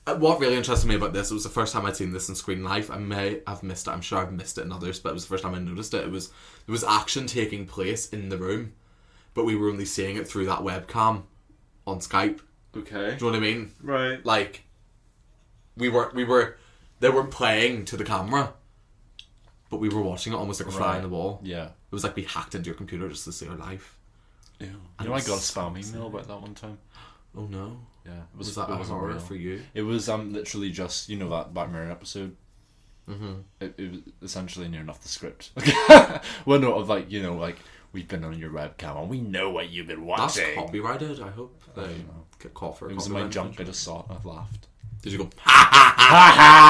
Speaker 3: uh, What really interested me about this, it was the first time I'd seen this in Screen Life. I may have missed it. I'm sure I've missed it in others, but it was the first time I noticed it. It was there was action taking place in the room, but we were only seeing it through that webcam on Skype.
Speaker 4: okay.
Speaker 3: Do you know what I mean?
Speaker 4: Right.
Speaker 3: Like we were we were they were playing to the camera, but we were watching it almost like a fly on the wall.
Speaker 4: Yeah.
Speaker 3: It was like we hacked into your computer just to see her life.
Speaker 4: Ew. You know, I got a spam email about that one time.
Speaker 3: Oh no.
Speaker 4: Yeah, it
Speaker 3: Was that
Speaker 4: it
Speaker 3: a
Speaker 4: wasn't
Speaker 3: horror
Speaker 4: real.
Speaker 3: for you?
Speaker 4: It was um literally just you know that Black Mirror episode. Mm-hmm. It, it was essentially near enough the script. well, no, of like you know like we've been on your webcam and we know what you've been
Speaker 3: That's
Speaker 4: watching.
Speaker 3: copyrighted, I hope. They get caught for
Speaker 4: It was in my
Speaker 3: copyright
Speaker 4: junk. I
Speaker 3: infringement.
Speaker 4: just saw it and I laughed.
Speaker 3: Did you go, ha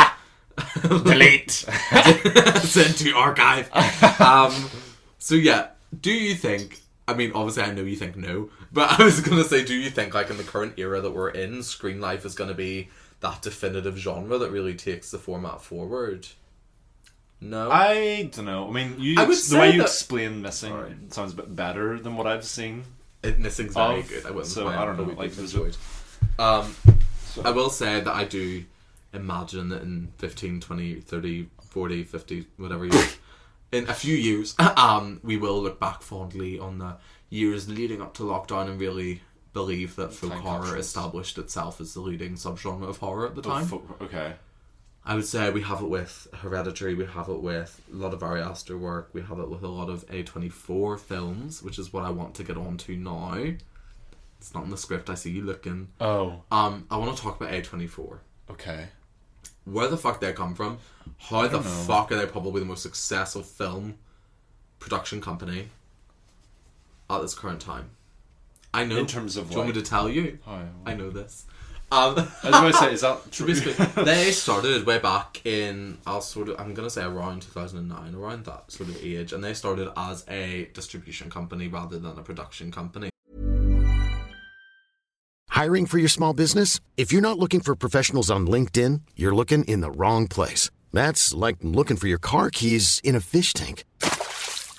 Speaker 4: Delete.
Speaker 3: send to archive? um, so yeah, do you think, I mean, obviously I know you think no, but I was going to say, do you think like in the current era that we're in, screen life is going to be that definitive genre that really takes the format forward? No.
Speaker 4: I don't know. I mean, you
Speaker 3: Oh. I would
Speaker 4: the way
Speaker 3: say
Speaker 4: you
Speaker 3: that-
Speaker 4: explain missing sounds a bit better than what I've seen.
Speaker 3: It, missing's very
Speaker 4: Of-
Speaker 3: good. I wouldn't
Speaker 4: so,
Speaker 3: mind,
Speaker 4: I don't
Speaker 3: but
Speaker 4: know,
Speaker 3: we
Speaker 4: like,
Speaker 3: both
Speaker 4: there's
Speaker 3: enjoyed. Um, I will say that I do imagine that in 15, 20, 30, 40, 50, whatever years, in a few years, um, we will look back fondly on the years leading up to lockdown and really believe that folk
Speaker 4: Time
Speaker 3: horror
Speaker 4: capsules.
Speaker 3: established itself as the leading subgenre of horror at the
Speaker 4: But
Speaker 3: time.
Speaker 4: fo- okay.
Speaker 3: I would say we have it with Hereditary, we have it with a lot of Ari Aster work, we have it with a lot of A24 films, which is what I want to get on to now. It's not in the script. I see you looking.
Speaker 4: Oh,
Speaker 3: Um, I want to talk about A24.
Speaker 4: okay.
Speaker 3: Where the fuck they come from? How the fuck are they probably the most successful film production company at this current time? I know.
Speaker 4: In terms of
Speaker 3: do you want me
Speaker 4: like-
Speaker 3: to tell you?
Speaker 4: Hi.
Speaker 3: I know this. Um,
Speaker 4: I was going to say, is that
Speaker 3: So
Speaker 4: true?
Speaker 3: basically, they started way back in, I'll sort of, I'm going to say around 2009, around that sort of age, and they started as a distribution company rather than a production company.
Speaker 5: Hiring for your small business? If you're not looking for professionals on LinkedIn, you're looking in the wrong place. That's like looking for your car keys in a fish tank.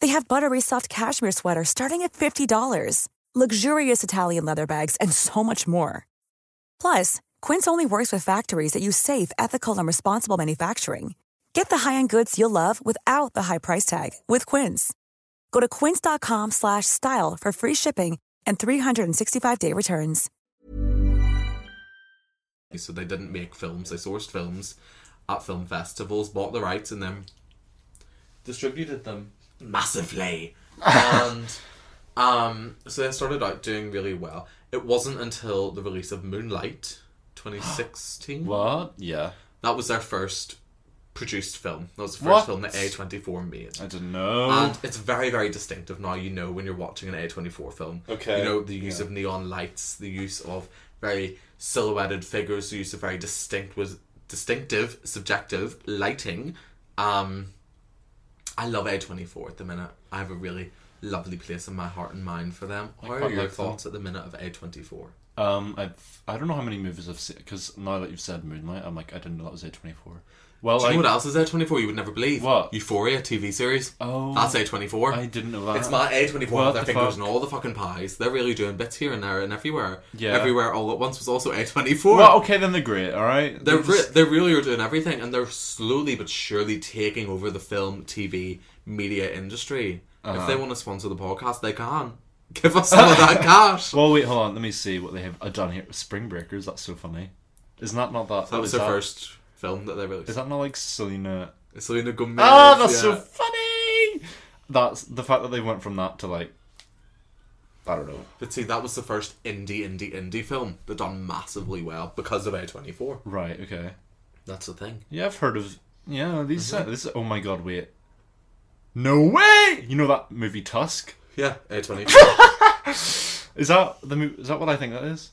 Speaker 6: They have buttery soft cashmere sweaters starting at $50, luxurious Italian leather bags, and so much more. Plus, Quince only works with factories that use safe, ethical, and responsible manufacturing. Get the high-end goods you'll love without the high price tag with Quince. Go to quince.com/style slash style for free shipping and 365-day returns.
Speaker 3: So they didn't make films, they sourced films at film festivals, bought the rights, and then distributed them massively. and um, so they started out doing really well. It wasn't until the release of Moonlight 2016.
Speaker 4: What? Yeah.
Speaker 3: That was their first produced film. That was the first
Speaker 4: What?
Speaker 3: film that A24 made.
Speaker 4: I don't know.
Speaker 3: And it's very, very distinctive now. You know when you're watching an A24 film.
Speaker 4: Okay.
Speaker 3: You know the use of neon lights, the use of very silhouetted figures, the use of very distinct was distinctive, subjective lighting. Um, I love A24 at the minute. I have a really lovely place in my heart and mind for them. What are
Speaker 4: quite
Speaker 3: your
Speaker 4: like them.
Speaker 3: thoughts at the minute of A24?
Speaker 4: Um, I've, I don't know how many movies I've seen because now that you've said Moonlight, I'm like I didn't know that was A twenty four. Well,
Speaker 3: Do you
Speaker 4: I,
Speaker 3: know what else is A24 you would never believe?
Speaker 4: What?
Speaker 3: Euphoria TV series.
Speaker 4: Oh.
Speaker 3: That's A24.
Speaker 4: I didn't know that.
Speaker 3: It's my A24
Speaker 4: What
Speaker 3: with their
Speaker 4: the
Speaker 3: fingers
Speaker 4: fuck?
Speaker 3: and all the fucking pies. They're really doing bits here and there and everywhere.
Speaker 4: Yeah.
Speaker 3: Everywhere all at once was also A24.
Speaker 4: Well, okay, then they're great. All right,
Speaker 3: They're, re-
Speaker 4: just-
Speaker 3: they really are doing everything and they're slowly but surely taking over the film, TV, media industry.
Speaker 4: Uh-huh.
Speaker 3: If they want to sponsor the podcast, they can. Give us some of that cash.
Speaker 4: Well, wait, hold on. Let me see what they have uh, done here. Spring Breakers. That's so funny. Isn't that not that?
Speaker 3: that was
Speaker 4: is
Speaker 3: their first film that they released.
Speaker 4: Is that not like Selena?
Speaker 3: Selena Gomez.
Speaker 4: Ah, that's so
Speaker 3: yeah.
Speaker 4: funny. That's the fact that they went from that to like, I don't know.
Speaker 3: But see, that was the first indie, indie, indie film that done massively well because of A24.
Speaker 4: Right. Okay.
Speaker 3: That's the thing.
Speaker 4: Yeah, I've heard of. Yeah, these. This. Oh my god! Wait. No way! You know that movie Tusk?
Speaker 3: Yeah, A24.
Speaker 4: Is that the mo- is that what I think that is?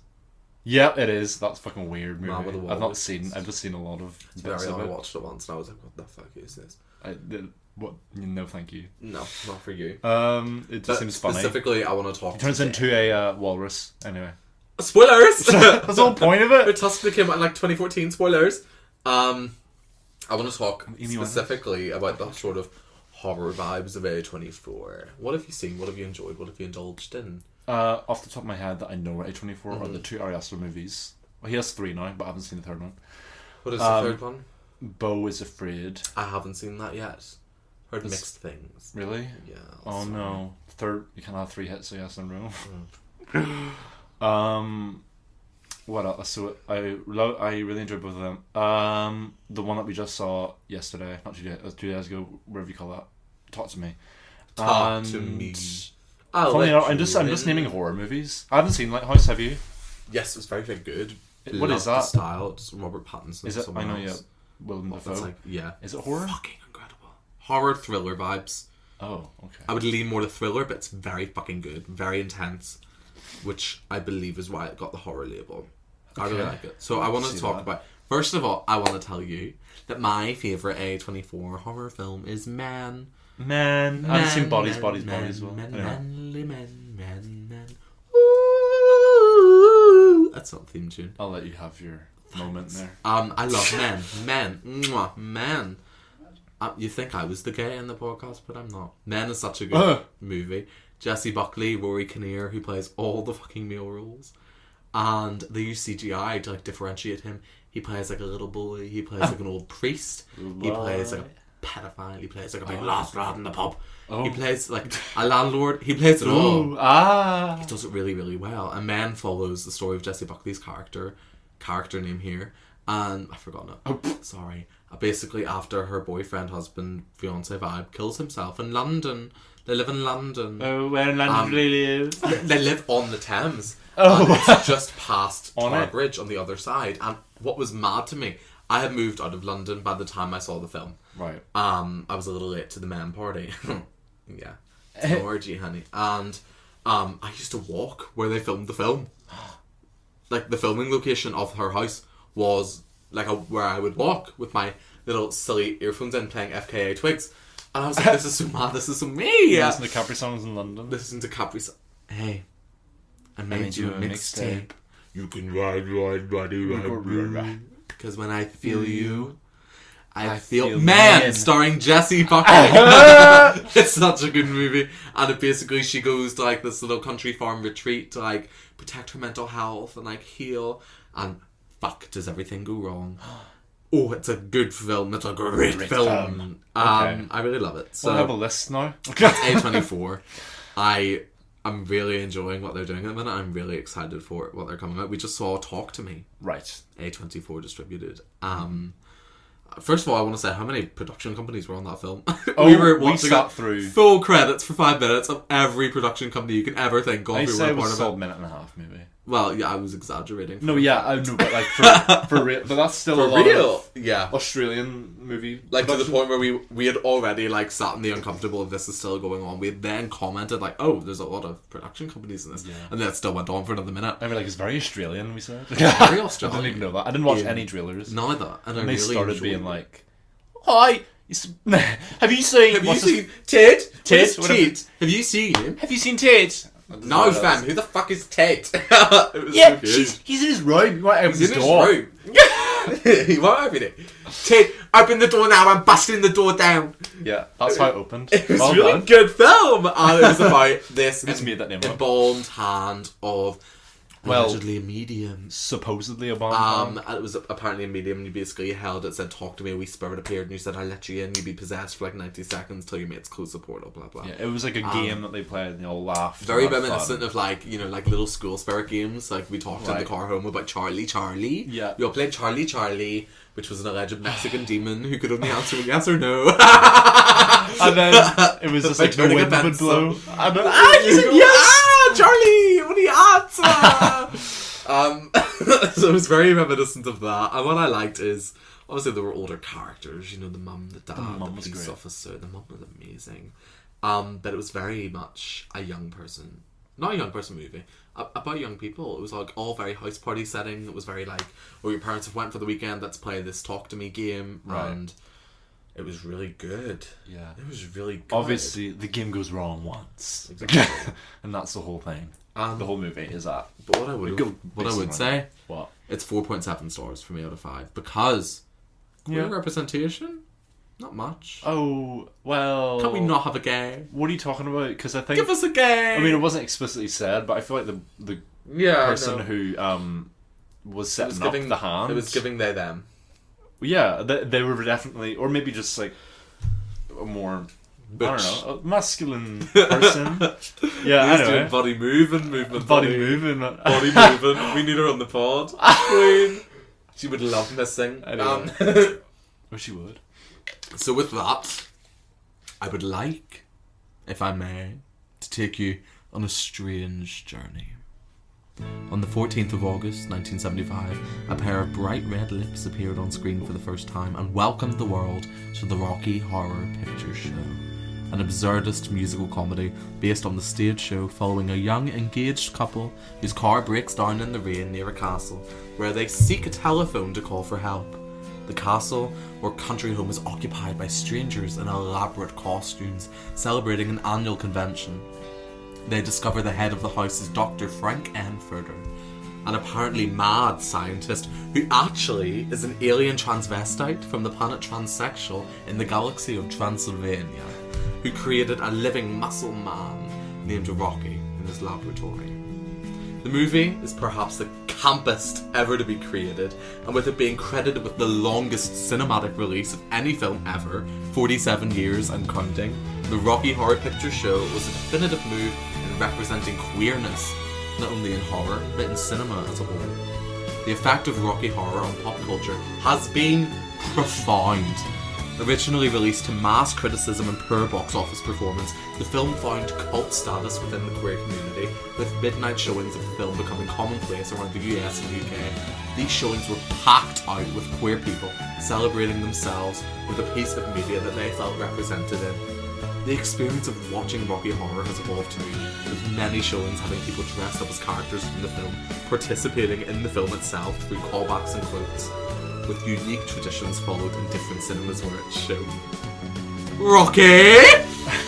Speaker 4: Yeah, it is. That's a fucking weird movie.
Speaker 3: Man with a
Speaker 4: I've not
Speaker 3: walrus.
Speaker 4: seen. I've just seen a lot of.
Speaker 3: It's
Speaker 4: bits
Speaker 3: very
Speaker 4: of
Speaker 3: long. I
Speaker 4: it.
Speaker 3: watched it once and I was like, what the fuck is this?
Speaker 4: I, the- what? No, thank you.
Speaker 3: No, not for you.
Speaker 4: Um, it just
Speaker 3: But
Speaker 4: seems funny.
Speaker 3: Specifically, I want to talk.
Speaker 4: Turns into a uh, walrus. Anyway,
Speaker 3: spoilers.
Speaker 4: that's the whole point of
Speaker 3: But
Speaker 4: it.
Speaker 3: Tusk came out in like 2014. Spoilers. Um, I want to talk
Speaker 4: Amy Winehouse.
Speaker 3: specifically about the sort of horror vibes of A24. What have you seen? What have you enjoyed? What have you indulged in?
Speaker 4: Uh, off the top of my head, that I know at A24 are
Speaker 3: Mm-hmm.
Speaker 4: the two Ari Aster movies. Well, he has three now, but I haven't seen the third one.
Speaker 3: What is
Speaker 4: Um,
Speaker 3: the third one?
Speaker 4: Bo is afraid.
Speaker 3: I haven't seen that yet. Heard mixed things.
Speaker 4: Really?
Speaker 3: Yeah.
Speaker 4: Oh no! Third, you can have three hits, so yes and no.
Speaker 3: Mm.
Speaker 4: um, what else? So I love, I really enjoyed both of them. Um, the one that we just saw yesterday, not two days, uh, two days ago, whatever you call that. Talk to me.
Speaker 3: Talk to
Speaker 4: And-
Speaker 3: me. I'll
Speaker 4: Funny
Speaker 3: let
Speaker 4: enough, I'm
Speaker 3: you
Speaker 4: just I'm just
Speaker 3: in.
Speaker 4: naming horror movies. I haven't seen Lighthouse. Have you?
Speaker 3: Yes, it's very very good.
Speaker 4: It- what
Speaker 3: Love
Speaker 4: is
Speaker 3: The
Speaker 4: that?
Speaker 3: style. It's Robert Pattinson.
Speaker 4: Is it? I
Speaker 3: someone
Speaker 4: know. Yeah.
Speaker 3: else.
Speaker 4: Willem
Speaker 3: That's
Speaker 4: Dafoe.
Speaker 3: like yeah.
Speaker 4: Is it horror?
Speaker 3: Fucking incredible. Horror thriller vibes.
Speaker 4: Oh, okay.
Speaker 3: I would lean more to thriller, but it's very fucking good, very intense, which I believe is why it got the horror label. I really
Speaker 4: Okay.
Speaker 3: like it. So I want to
Speaker 4: See
Speaker 3: talk
Speaker 4: that.
Speaker 3: about. First of all, I want to tell you that my favorite A24 horror film is Man.
Speaker 4: Man, I haven't seen Bodies,
Speaker 3: Men,
Speaker 4: Bodies,
Speaker 3: men,
Speaker 4: Bodies. Well,
Speaker 3: men,
Speaker 4: anyway.
Speaker 3: manly men, men, men. Ooh. That's not the theme tune.
Speaker 4: I'll let you have your moment there.
Speaker 3: Um, I love men, men, mwah, men. Uh, Um, you think I was the gay in the podcast, but I'm not. Men is such a good
Speaker 4: Uh.
Speaker 3: movie. Jesse Buckley, Rory Kinnear, who plays all the fucking male roles, and they use CGI to like differentiate him. He plays like a little boy. He plays like an old priest. He plays like a pedophile. He plays like a big last rat in the pub. He plays like a landlord. He plays it all
Speaker 4: Ooh, ah.
Speaker 3: he does it really, really well. And then follows the story of Jesse Buckley's character, character name here, and I've forgotten it.
Speaker 4: Oh.
Speaker 3: Sorry. Uh, Basically, after her boyfriend, husband, fiance vibe kills himself in London, they live in London.
Speaker 4: Oh, where London
Speaker 3: Um,
Speaker 4: really is.
Speaker 3: They- They live on the Thames.
Speaker 4: Oh,
Speaker 3: and it's just past
Speaker 4: On
Speaker 3: Tower
Speaker 4: it.
Speaker 3: Bridge on the other side. And what was mad to me, I had moved out of London by the time I saw the film.
Speaker 4: Right.
Speaker 3: Um, I was a little late to the man party. yeah, it's an orgy, honey. And um, I used to walk where they filmed the film. Like the filming location of her house was like a, where I would walk with my little silly earphones in, playing FKA Twigs. And I was like, "This is so mad. This is so me."
Speaker 4: You Listen to Capri songs in London.
Speaker 3: Listen to Capri. s- Hey, I made,
Speaker 4: made
Speaker 3: you
Speaker 4: you
Speaker 3: a
Speaker 4: a
Speaker 3: mixtape.
Speaker 4: mixtape.
Speaker 3: You can ride, ride, ride, ride, ride. Because when I feel you, I, feel,
Speaker 4: feel
Speaker 3: man,
Speaker 4: man.
Speaker 3: starring Jesse Buckley. it's such a good movie. And it basically, she goes to like this little country farm retreat to like protect her mental health and like heal. And fuck, does everything go wrong? Oh, it's a good film. It's a great, film. Um,
Speaker 4: Okay.
Speaker 3: I really love it. So
Speaker 4: We'll have a list now.
Speaker 3: a twenty four. I I'm really enjoying what they're doing at the minute. I'm really excited for what they're coming out. We just saw Talk to Me,
Speaker 4: right.
Speaker 3: A twenty four distributed. Um, first of all, I want to say how many production companies were on that film.
Speaker 4: Oh, we
Speaker 3: watching
Speaker 4: sat
Speaker 3: it,
Speaker 4: through-
Speaker 3: full credits for five minutes of every production company you can ever think of.
Speaker 4: I
Speaker 3: We
Speaker 4: say
Speaker 3: were a
Speaker 4: it was
Speaker 3: part
Speaker 4: a
Speaker 3: of it.
Speaker 4: solid minute and a half, maybe.
Speaker 3: Well, yeah, I was exaggerating.
Speaker 4: No, yeah, I know, but like for, for real, but that's still a
Speaker 3: for
Speaker 4: lot
Speaker 3: real,
Speaker 4: of
Speaker 3: yeah.
Speaker 4: Australian movie.
Speaker 3: like to the
Speaker 4: production.
Speaker 3: point where we we had already like sat in the uncomfortable of this is still going on. We had then commented like, oh, there's a lot of production companies in this, and that still went on for another minute.
Speaker 4: I mean, like it's very Australian. We said
Speaker 3: Very
Speaker 4: I
Speaker 3: Australian.
Speaker 4: didn't even know that. I didn't watch
Speaker 3: Yeah.
Speaker 4: any drillers.
Speaker 3: Neither, and I
Speaker 4: and they
Speaker 3: really
Speaker 4: started
Speaker 3: enjoyed
Speaker 4: being
Speaker 3: it.
Speaker 4: like, "Hi, you s- have you seen?
Speaker 3: Have you
Speaker 4: what's
Speaker 3: seen
Speaker 4: his-
Speaker 3: Ted?
Speaker 4: Ted?
Speaker 3: Where's
Speaker 4: Whatever-
Speaker 3: Ted? Have you seen him?
Speaker 4: Have you seen Ted?
Speaker 3: No, fam. Who the fuck is Ted? It was so
Speaker 4: Yeah,
Speaker 3: good.
Speaker 4: she's, he's in his room. You might open
Speaker 3: He's
Speaker 4: his
Speaker 3: in
Speaker 4: door.
Speaker 3: his room. he won't open it. Ted, open the door now. I'm busting the door down.
Speaker 4: Yeah, that's how it opened.
Speaker 3: It was
Speaker 4: well
Speaker 3: really
Speaker 4: done.
Speaker 3: good film. And it was about this
Speaker 4: just made that name up.
Speaker 3: embalmed hand of
Speaker 4: Well-
Speaker 3: allegedly a medium.
Speaker 4: Supposedly a bomb.
Speaker 3: Um, it was apparently a medium. You basically held it, said, "Talk to me." A wee spirit appeared, and you said, "I will let you in." You'd be possessed for like ninety seconds till your mates close the portal. Blah blah.
Speaker 4: yeah, it was like a game that they played and they all laughed. and
Speaker 3: um, Very
Speaker 4: had fun.
Speaker 3: reminiscent of like you know like little school spirit games. Like we talked in the
Speaker 4: Right.
Speaker 3: car home about Charlie Charlie.
Speaker 4: Yeah.
Speaker 3: we all played Charlie Charlie, which was an alleged Mexican demon who could only answer with yes or no.
Speaker 4: And then it was just like
Speaker 3: Like
Speaker 4: the
Speaker 3: turning a
Speaker 4: wind would
Speaker 3: pencil.
Speaker 4: blow. And then,
Speaker 3: ah, you said yes, ah, Charlie. What do you answer? um, so it was very reminiscent of that. And what I liked is obviously there were older characters. You know, the mum, the dad, the,
Speaker 4: mum was
Speaker 3: police
Speaker 4: great.
Speaker 3: officer. The mum was amazing. Um, but it was very much a young person, not a young person movie. a- About young people, it was like all very house party setting. It was very like, oh, your parents have went for the weekend. Let's play this talk to me game,
Speaker 4: Right.
Speaker 3: and it was really good.
Speaker 4: Yeah.
Speaker 3: it was really good.
Speaker 4: Obviously, the game goes wrong once, and that's the whole thing. the whole movie is that.
Speaker 3: Um, But what I would
Speaker 4: Go-
Speaker 3: what I would
Speaker 4: basically.
Speaker 3: say,
Speaker 4: What?
Speaker 3: it's four point seven stars for me out of five because queer
Speaker 4: Yeah.
Speaker 3: representation, not much.
Speaker 4: Oh well.
Speaker 3: Can we not have a gay?
Speaker 4: What are you talking about? Because I think
Speaker 3: Give us a gay.
Speaker 4: I mean, it wasn't explicitly said, but I feel like the the
Speaker 3: yeah, I
Speaker 4: person
Speaker 3: know.
Speaker 4: who um was
Speaker 3: It
Speaker 4: setting
Speaker 3: was
Speaker 4: up
Speaker 3: giving
Speaker 4: the hand.
Speaker 3: It was giving they them.
Speaker 4: Yeah, they, they were definitely, or maybe just like a more. I don't know, a masculine person. yeah,
Speaker 3: He's doing
Speaker 4: anyway.
Speaker 3: body moving, movement,
Speaker 4: Body moving.
Speaker 3: body moving. We need her on the pod. Queen. She would love missing. Um,
Speaker 4: Wish you would.
Speaker 3: So with that, I would like, if I may, to take you on a strange journey. On the 14th of August 1975, a pair of bright red lips appeared on screen for the first time and welcomed the world to the Rocky Horror Picture Show, an absurdist musical comedy based on the stage show following a young engaged couple whose car breaks down in the rain near a castle where they seek a telephone to call for help. The castle or country home is occupied by strangers in elaborate costumes celebrating an annual convention. They discover the head of the house is Dr. Frank Anfurter, an apparently mad scientist who actually is an alien transvestite from the planet Transsexual in the galaxy of Transylvania, who created a living muscle man named Rocky in his laboratory. The movie is perhaps the campest ever to be created, and with it being credited with the longest cinematic release of any film ever 47 years and counting the Rocky Horror Picture Show was a definitive move in representing queerness, not only in horror, but in cinema as a whole. The effect of Rocky Horror on pop culture has been profound. Originally released to mass criticism and poor box office performance, the film found cult status within the queer community, with midnight showings of the film becoming commonplace around the US and UK. These showings were packed out with queer people celebrating themselves with a piece of media that they felt represented in. The experience of watching Rocky Horror has evolved to me, with many showings having people dressed up as characters from the film, participating in the film itself through callbacks and quotes, with unique traditions followed in different cinemas where it's shown. Rocky!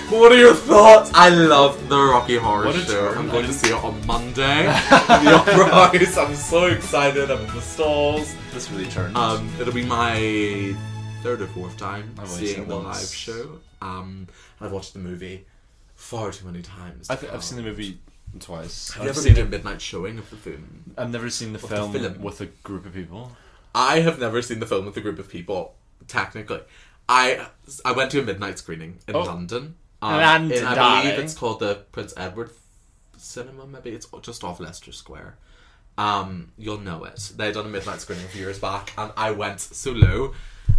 Speaker 3: What are your thoughts? I love the Rocky Horror
Speaker 4: What a
Speaker 3: Show. I'm
Speaker 4: turn.
Speaker 3: going to see it on Monday at the Opera House. I'm so excited. I'm in the stalls.
Speaker 4: This really turns.
Speaker 3: Um, it'll be my third or fourth time
Speaker 4: I've only seen
Speaker 3: seeing
Speaker 4: it
Speaker 3: the
Speaker 4: once.
Speaker 3: live show. Um, and I've watched the movie far too many times.
Speaker 4: I've, I've seen the movie twice.
Speaker 3: Have
Speaker 4: I've
Speaker 3: you ever
Speaker 4: seen
Speaker 3: seen a
Speaker 4: it-
Speaker 3: midnight showing of the film?
Speaker 4: I've never seen the
Speaker 3: Of the
Speaker 4: film,
Speaker 3: film.
Speaker 4: with a group of people.
Speaker 3: I have never seen the film with a group of people. Technically, I I went to a midnight screening in
Speaker 4: Oh.
Speaker 3: London. um,
Speaker 4: London,
Speaker 3: in- I believe
Speaker 4: darling.
Speaker 3: it's called the Prince Edward Cinema. Maybe it's just off Leicester Square. Um, you'll know it. They done a midnight screening a few years back, and I went solo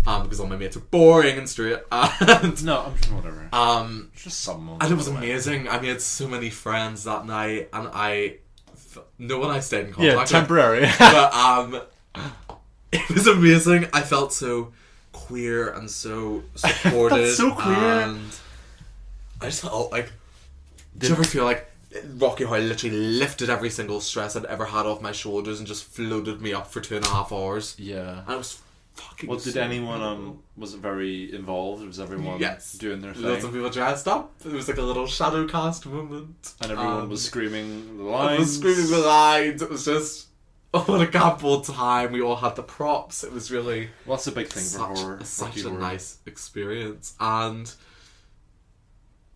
Speaker 3: um, because all my mates are boring and straight. And
Speaker 4: No, I'm just whatever.
Speaker 3: Um,
Speaker 4: just someone.
Speaker 3: and it was amazing. I made so many friends that night, and I f- no one I stayed in contact.
Speaker 4: Yeah,
Speaker 3: with.
Speaker 4: temporary.
Speaker 3: but um, it was amazing. I felt so queer and so supported.
Speaker 4: That's so queer.
Speaker 3: And I just felt like. Did you ever feel like Rocky Horror literally lifted every single stress I'd ever had off my shoulders and just floated me up for two and a half hours?
Speaker 4: yeah.
Speaker 3: And it was fucking.
Speaker 4: Well, did
Speaker 3: so
Speaker 4: anyone
Speaker 3: incredible.
Speaker 4: um was it very involved? Was everyone
Speaker 3: Yes.
Speaker 4: doing their
Speaker 3: Lots of
Speaker 4: thing?
Speaker 3: people dressed up. It was like a little shadow cast moment.
Speaker 4: And everyone
Speaker 3: Um,
Speaker 4: was screaming the
Speaker 3: I
Speaker 4: lines.
Speaker 3: was screaming the lines. It was just oh, what a gamble time. We all had the props. It was really
Speaker 4: Well, that's a big thing
Speaker 3: such,
Speaker 4: for horror.
Speaker 3: such
Speaker 4: Rocky
Speaker 3: a
Speaker 4: horror.
Speaker 3: nice experience, and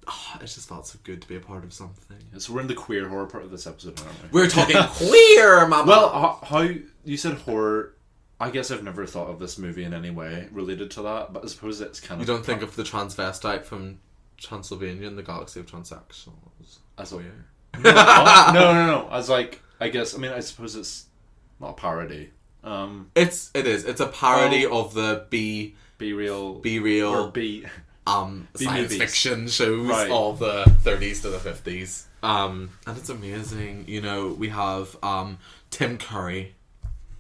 Speaker 3: oh, it just felt so good to be a part of something.
Speaker 4: So we're in the queer horror part of this episode, aren't we?
Speaker 3: We're talking queer, mama.
Speaker 4: Well, uh, ho- how you said horror? I guess I've never thought of this movie in any way related to that, but I suppose it's kind
Speaker 3: you
Speaker 4: of
Speaker 3: don't think of the transvestite from Transylvania and the Galaxy of Transsexuals.
Speaker 4: as a,
Speaker 3: Oh yeah.
Speaker 4: no, no, no, no. As like, I guess I mean I suppose it's not a parody. Um,
Speaker 3: It's it is. It's a parody of the B
Speaker 4: be real,
Speaker 3: Be Real.
Speaker 4: or be
Speaker 3: um science
Speaker 4: movies.
Speaker 3: fiction shows
Speaker 4: Right.
Speaker 3: of the 30s to the 50s. Um, and it's amazing. You know, we have um, Tim Curry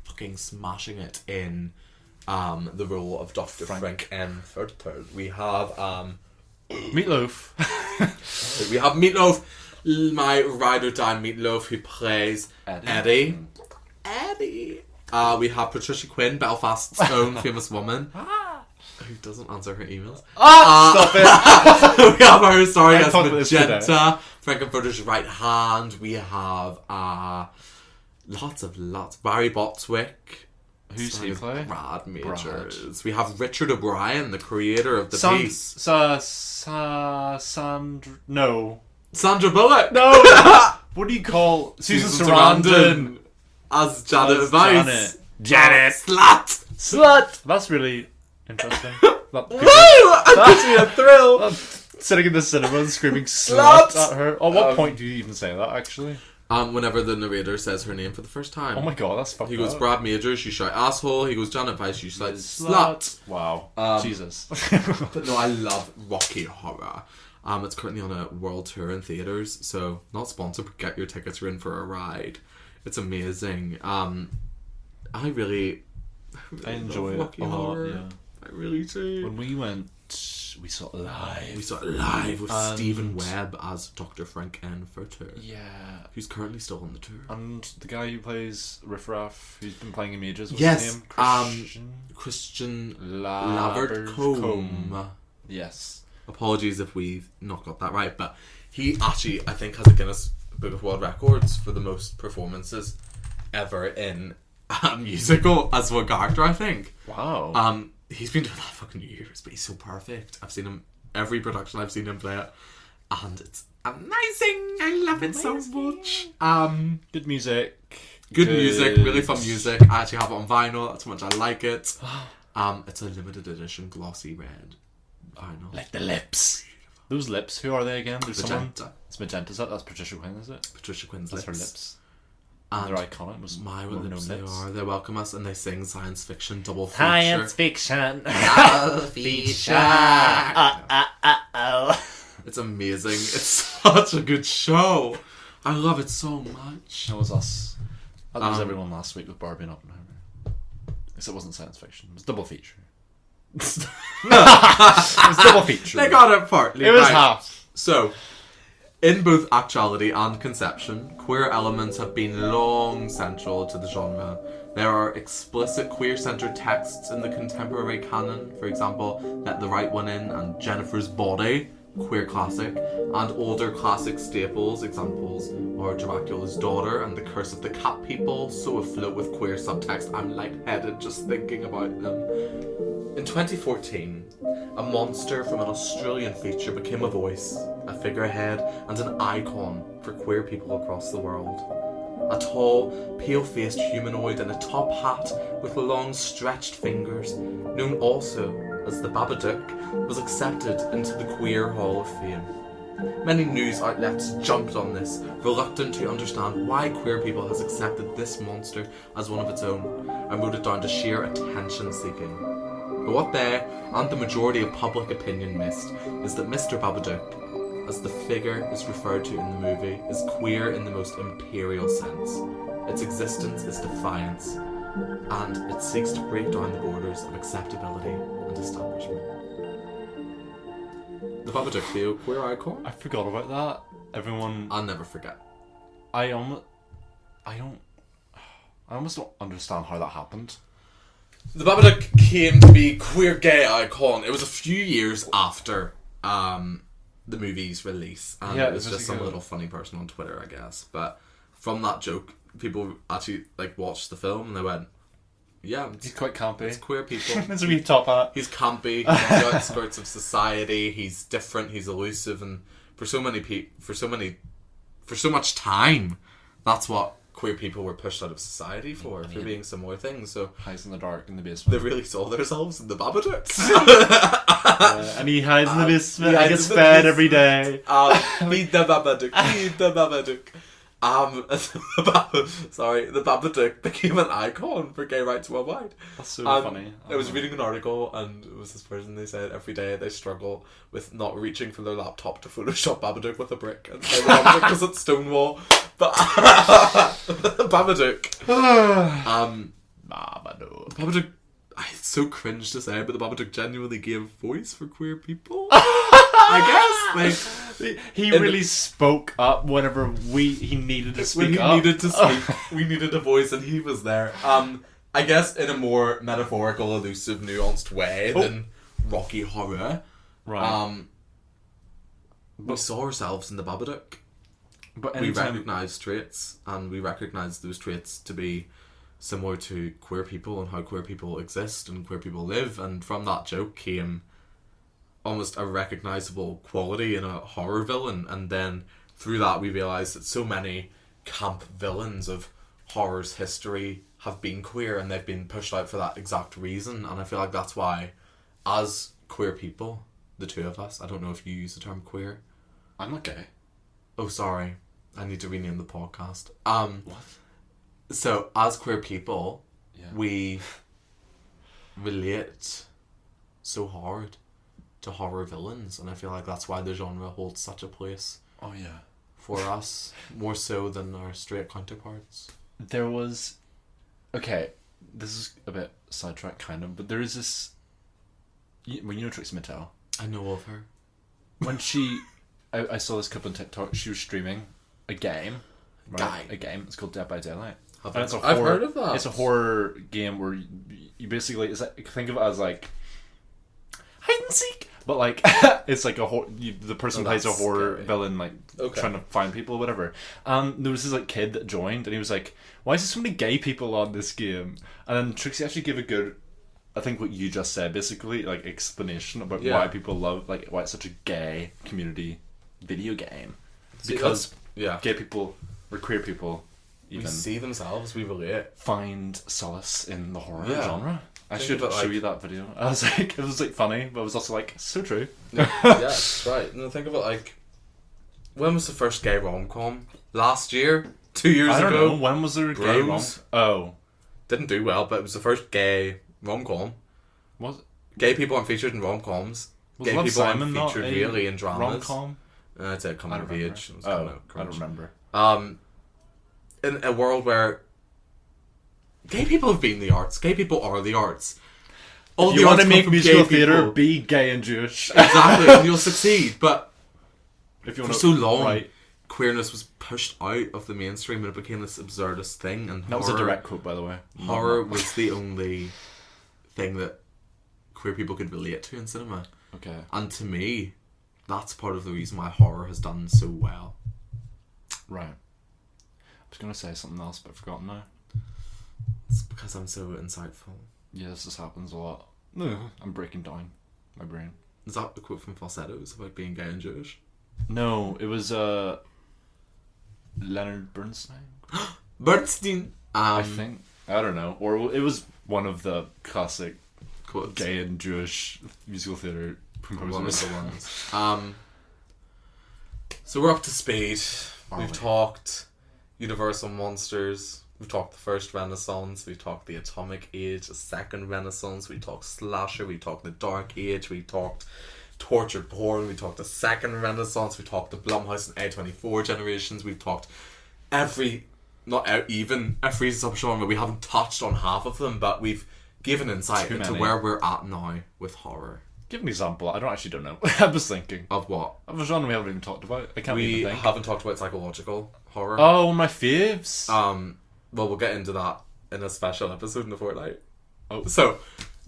Speaker 3: fucking smashing it in um, the role of Dr. Frank, M. Furter. We have um,
Speaker 4: meatloaf.
Speaker 3: we have Meatloaf, l- my ride or die Meatloaf, who plays
Speaker 4: Eddie.
Speaker 3: Eddie. Eddie. Uh, we have Patricia Quinn, Belfast's own famous woman,
Speaker 4: Ah.
Speaker 3: who doesn't answer her emails. Ah. we have our sorry as
Speaker 4: talked about this
Speaker 3: magenta, Frankenfurter's right hand. We have uh, lots of lots. Barry Botswick.
Speaker 4: Who's he
Speaker 3: Simon
Speaker 4: play?
Speaker 3: Brad Majors. We have Richard O'Brien, the creator of the
Speaker 4: Sand-
Speaker 3: piece.
Speaker 4: Sa, sa, Sand. No.
Speaker 3: Sandra Bullock.
Speaker 4: No! what do you call Susan, Sarandon?
Speaker 3: as Janet
Speaker 4: As
Speaker 3: Weiss.
Speaker 4: Janet. Janet.
Speaker 3: Uh, Slut.
Speaker 4: Slut! That's really interesting. That people-
Speaker 3: That gives me a thrill.
Speaker 4: Sitting in the cinema and screaming slut,
Speaker 3: Slut!
Speaker 4: at her. At what point do you even say that, actually?
Speaker 3: Um, whenever the narrator says her name for the first time,
Speaker 4: Oh my god, that's fucked
Speaker 3: he goes
Speaker 4: up.
Speaker 3: Brad Majors, you shout asshole. He goes Janet Weiss, you shout slut. Um,
Speaker 4: Wow. Jesus.
Speaker 3: But no, I love Rocky Horror. Um, it's currently on a world tour in theaters, so not sponsored. But get your tickets. You're in for a ride. It's amazing. Um, I really, I, really
Speaker 4: I enjoy
Speaker 3: love
Speaker 4: it
Speaker 3: Rocky
Speaker 4: a lot,
Speaker 3: Horror.
Speaker 4: yeah.
Speaker 3: I really do.
Speaker 4: when we went, we saw it live.
Speaker 3: We saw it live with Stephen Webb as Dr. Frank N. Furter,
Speaker 4: Yeah.
Speaker 3: who's currently still on the tour.
Speaker 4: And the guy who plays Riff Raff, who's been playing him ages, what's
Speaker 3: yes,
Speaker 4: his name?
Speaker 3: um,
Speaker 4: Christian?
Speaker 3: Christian
Speaker 4: Lavert
Speaker 3: Lavert-Combe.
Speaker 4: Yes.
Speaker 3: apologies if we've not got that right, but he actually, I think, has a Guinness Book of World Records for the most performances ever in a musical as one character, I think.
Speaker 4: Wow.
Speaker 3: Um, he's been doing that fucking years, but he's so perfect. I've seen him, every production I've seen him play it, and it's amazing. I love it so much. Um,
Speaker 4: Good music.
Speaker 3: good music, really fun music. I actually have it on vinyl. That's how much I like it. Um, it's a limited edition glossy red vinyl.
Speaker 4: Like the lips. Those lips. Who are they again? There's someone.
Speaker 3: Magenta.
Speaker 4: It's magenta. Is that that's Patricia Quinn? Is it?
Speaker 3: Patricia Quinn's
Speaker 4: That's
Speaker 3: lips.
Speaker 4: her lips.
Speaker 3: And
Speaker 4: They're iconic. Most
Speaker 3: My
Speaker 4: well-known
Speaker 3: lips, they
Speaker 4: lips.
Speaker 3: are. They welcome us and they sing science fiction double feature.
Speaker 4: fiction. Uh,
Speaker 3: feature.
Speaker 4: oh.
Speaker 3: It's amazing. It's such a good show. I love it so much.
Speaker 4: That was us. That was
Speaker 3: Um,
Speaker 4: everyone last week with Barbie and Oppenheimer. Except it wasn't science fiction. It was double feature. it was double feature.
Speaker 3: They got it partly.
Speaker 4: it was
Speaker 3: right.
Speaker 4: half.
Speaker 3: So, in both actuality and conception, queer elements have been long central to the genre. There are explicit queer centered texts in the contemporary canon, for example, Let the Right One In and Jennifer's Body, queer classic, and older classic staples, examples are Dracula's Daughter and The Curse of the Cat People, so afloat with queer subtext. I'm lightheaded just thinking about them. In 2014, a monster from an Australian feature became a voice, a figurehead, and an icon for queer people across the world. A tall, pale faced humanoid in a top hat with long stretched fingers, known also as the Babadook, was accepted into the Queer Hall of Fame. Many news outlets jumped on this, reluctant to understand why queer people has accepted this monster as one of its own, and wrote it down to sheer attention seeking. But what they and the majority of public opinion missed is that Mr. Babadook, as the figure is referred to in the movie, is queer in the most imperial sense. Its existence is defiance, and it seeks to break down the borders of acceptability and establishment. The Babadook, the queer icon?
Speaker 4: I forgot about that. Everyone.
Speaker 3: I'll never forget.
Speaker 4: I almost. I don't. I almost don't understand how that happened.
Speaker 3: The Babadook came to be queer gay icon. It was a few years after um, the movie's release, and
Speaker 4: Yeah,
Speaker 3: it was
Speaker 4: it was
Speaker 3: just
Speaker 4: like
Speaker 3: some
Speaker 4: a-
Speaker 3: little funny person on Twitter, I guess. But from that joke, people actually like watched the film and they went, "Yeah, it's,
Speaker 4: He's quite campy.
Speaker 3: it's queer people."
Speaker 4: It's a wee top hat.
Speaker 3: he's campy. He's on the outskirts of society. He's different. He's elusive, and for so many people, for so many, for so much time, that's what queer people were pushed out of society for, for being similar things. So.
Speaker 4: Hides in the dark in the
Speaker 3: They
Speaker 4: basement.
Speaker 3: really saw themselves in the Um, Babadooks.
Speaker 4: Uh, and he hides in the basement.
Speaker 3: Ah, he
Speaker 4: I
Speaker 3: hides
Speaker 4: gets
Speaker 3: in the
Speaker 4: fed every day.
Speaker 3: um, meet the Babadook. Meet the Babadook. Um, the Bab- sorry, the Babadook became an icon for gay rights worldwide.
Speaker 4: That's so
Speaker 3: Um,
Speaker 4: funny. Uh,
Speaker 3: I was reading an article, and it was this person. They said every day they struggle with not reaching for their laptop to Photoshop Babadook with a brick, and they were because it's Stonewall. But Babadook, um,
Speaker 4: Babadook.
Speaker 3: Babadook. It's so cringe to say, but the Babadook genuinely gave voice for queer people. I guess, like.
Speaker 4: He
Speaker 3: And-
Speaker 4: really spoke up whenever we he needed to
Speaker 3: when
Speaker 4: speak
Speaker 3: he
Speaker 4: up.
Speaker 3: needed to speak, we needed a voice, and he was there. Um, I guess in a more metaphorical, elusive, nuanced way
Speaker 4: Oh.
Speaker 3: than Rocky Horror.
Speaker 4: right.
Speaker 3: Um, we saw ourselves in the Babadook.
Speaker 4: but
Speaker 3: We
Speaker 4: anytime,
Speaker 3: recognised traits, and we recognised those traits to be similar to queer people and how queer people exist and queer people live. And from that joke came almost a recognizable quality in a horror villain and then through that we realized that so many camp villains of horror's history have been queer and they've been pushed out for that exact reason and i feel like that's why as queer people the two of us i don't know if you use the term queer
Speaker 4: I'm not gay.
Speaker 3: Oh, sorry. I need to rename the podcast. Um, So, as queer people, we relate so hard to horror villains, and I feel like that's why the genre holds such a place
Speaker 4: Oh yeah.
Speaker 3: for us, more so than our straight counterparts.
Speaker 4: There was. Okay, this is a bit sidetracked, kind of, but there is this. You, when you know Trixie Mattel,
Speaker 3: I know of her.
Speaker 4: when she, I, I saw this clip on TikTok. She was streaming a game, right?
Speaker 3: Guy.
Speaker 4: A game. It's called Dead by Daylight.
Speaker 3: I've-
Speaker 4: And it's a
Speaker 3: I've
Speaker 4: horror-
Speaker 3: heard of that.
Speaker 4: It's a horror game where you, you basically it's like, think of it as like hide and seek, but like it's like a hor- you, the person
Speaker 3: Oh,
Speaker 4: plays a
Speaker 3: that's
Speaker 4: horror
Speaker 3: scary.
Speaker 4: villain like
Speaker 3: Okay.
Speaker 4: trying to find people or whatever. Um, there was this like kid that joined and he was like, "Why is there so many gay people on this game?" And then Trixie actually gave a good. I think what you just said, basically, like explanation about
Speaker 3: Yeah.
Speaker 4: why people love, like, why it's such a gay community video game.
Speaker 3: See,
Speaker 4: because
Speaker 3: that's- yeah.
Speaker 4: gay people or queer people even
Speaker 3: we see themselves, we relate.
Speaker 4: find solace in the horror
Speaker 3: Yeah.
Speaker 4: genre. I
Speaker 3: Think
Speaker 4: should show
Speaker 3: about, like-
Speaker 4: you that video. I was like, it was like funny, but it was also like so true.
Speaker 3: yeah, that's right. And think about like, when was the first gay rom com? Last year, two years
Speaker 4: I don't
Speaker 3: ago.
Speaker 4: know when was there a gay rom?
Speaker 3: Bros.
Speaker 4: Oh,
Speaker 3: Didn't do well, but it was the first gay rom com.
Speaker 4: was
Speaker 3: Gay people aren't featured in rom coms.
Speaker 4: was
Speaker 3: Gay
Speaker 4: Love
Speaker 3: people
Speaker 4: Simon
Speaker 3: aren't
Speaker 4: not
Speaker 3: featured really in
Speaker 4: rom
Speaker 3: dramas.
Speaker 4: com?
Speaker 3: Uh, That's it,
Speaker 4: I
Speaker 3: coming
Speaker 4: don't
Speaker 3: of
Speaker 4: remember.
Speaker 3: age. It was
Speaker 4: oh,
Speaker 3: kinda
Speaker 4: I
Speaker 3: cringe.
Speaker 4: don't remember.
Speaker 3: Um, in a world where gay people have been the arts, gay people are the arts. All
Speaker 4: you want to
Speaker 3: come
Speaker 4: make
Speaker 3: from
Speaker 4: musical
Speaker 3: gay
Speaker 4: theater?
Speaker 3: people.
Speaker 4: Be gay and Jewish.
Speaker 3: exactly, and you'll succeed. But
Speaker 4: if you
Speaker 3: for
Speaker 4: wanna-
Speaker 3: so long,
Speaker 4: right?
Speaker 3: queerness was pushed out of the mainstream and it became this absurdist thing. And
Speaker 4: That was a
Speaker 3: horror-
Speaker 4: direct quote, by the way.
Speaker 3: Horror was the only thing that queer people could relate to in cinema.
Speaker 4: Okay.
Speaker 3: And to me, that's part of the reason why horror has done so well.
Speaker 4: Right. I was gonna say something else, but I've forgotten now.
Speaker 3: It's because I'm so insightful.
Speaker 4: Yeah, this just happens a lot. No, I'm breaking down my brain.
Speaker 3: Is that the quote from Falsettos about being gay and Jewish?
Speaker 4: No, it was uh Leonard Bernstein,
Speaker 3: Bernstein! Um,
Speaker 4: I think. I don't know, or it was one of the classic
Speaker 3: quotes.
Speaker 4: gay and Jewish musical theater
Speaker 3: One of
Speaker 4: composers.
Speaker 3: the ones. Um, so we're up to speed. we've talked Universal Monsters. We've talked the first Renaissance. We've talked the Atomic Age, the second Renaissance. We talked Slasher. We talked the Dark Age. We talked torture porn. We talked the second Renaissance. We talked the Blumhouse and A24 generations. We've talked every, not e- even every subgenre. We haven't touched on half of them, but we've given insight
Speaker 4: Too
Speaker 3: into
Speaker 4: many.
Speaker 3: where we're at now with horror.
Speaker 4: Give me an example. I don't actually don't know. I was thinking
Speaker 3: Of what?
Speaker 4: of a genre we haven't even talked about. I can't
Speaker 3: we
Speaker 4: even think.
Speaker 3: haven't talked about psychological horror.
Speaker 4: Oh, my faves.
Speaker 3: Um, well, we'll get into that in a special episode in a fortnight.
Speaker 4: Oh.
Speaker 3: So,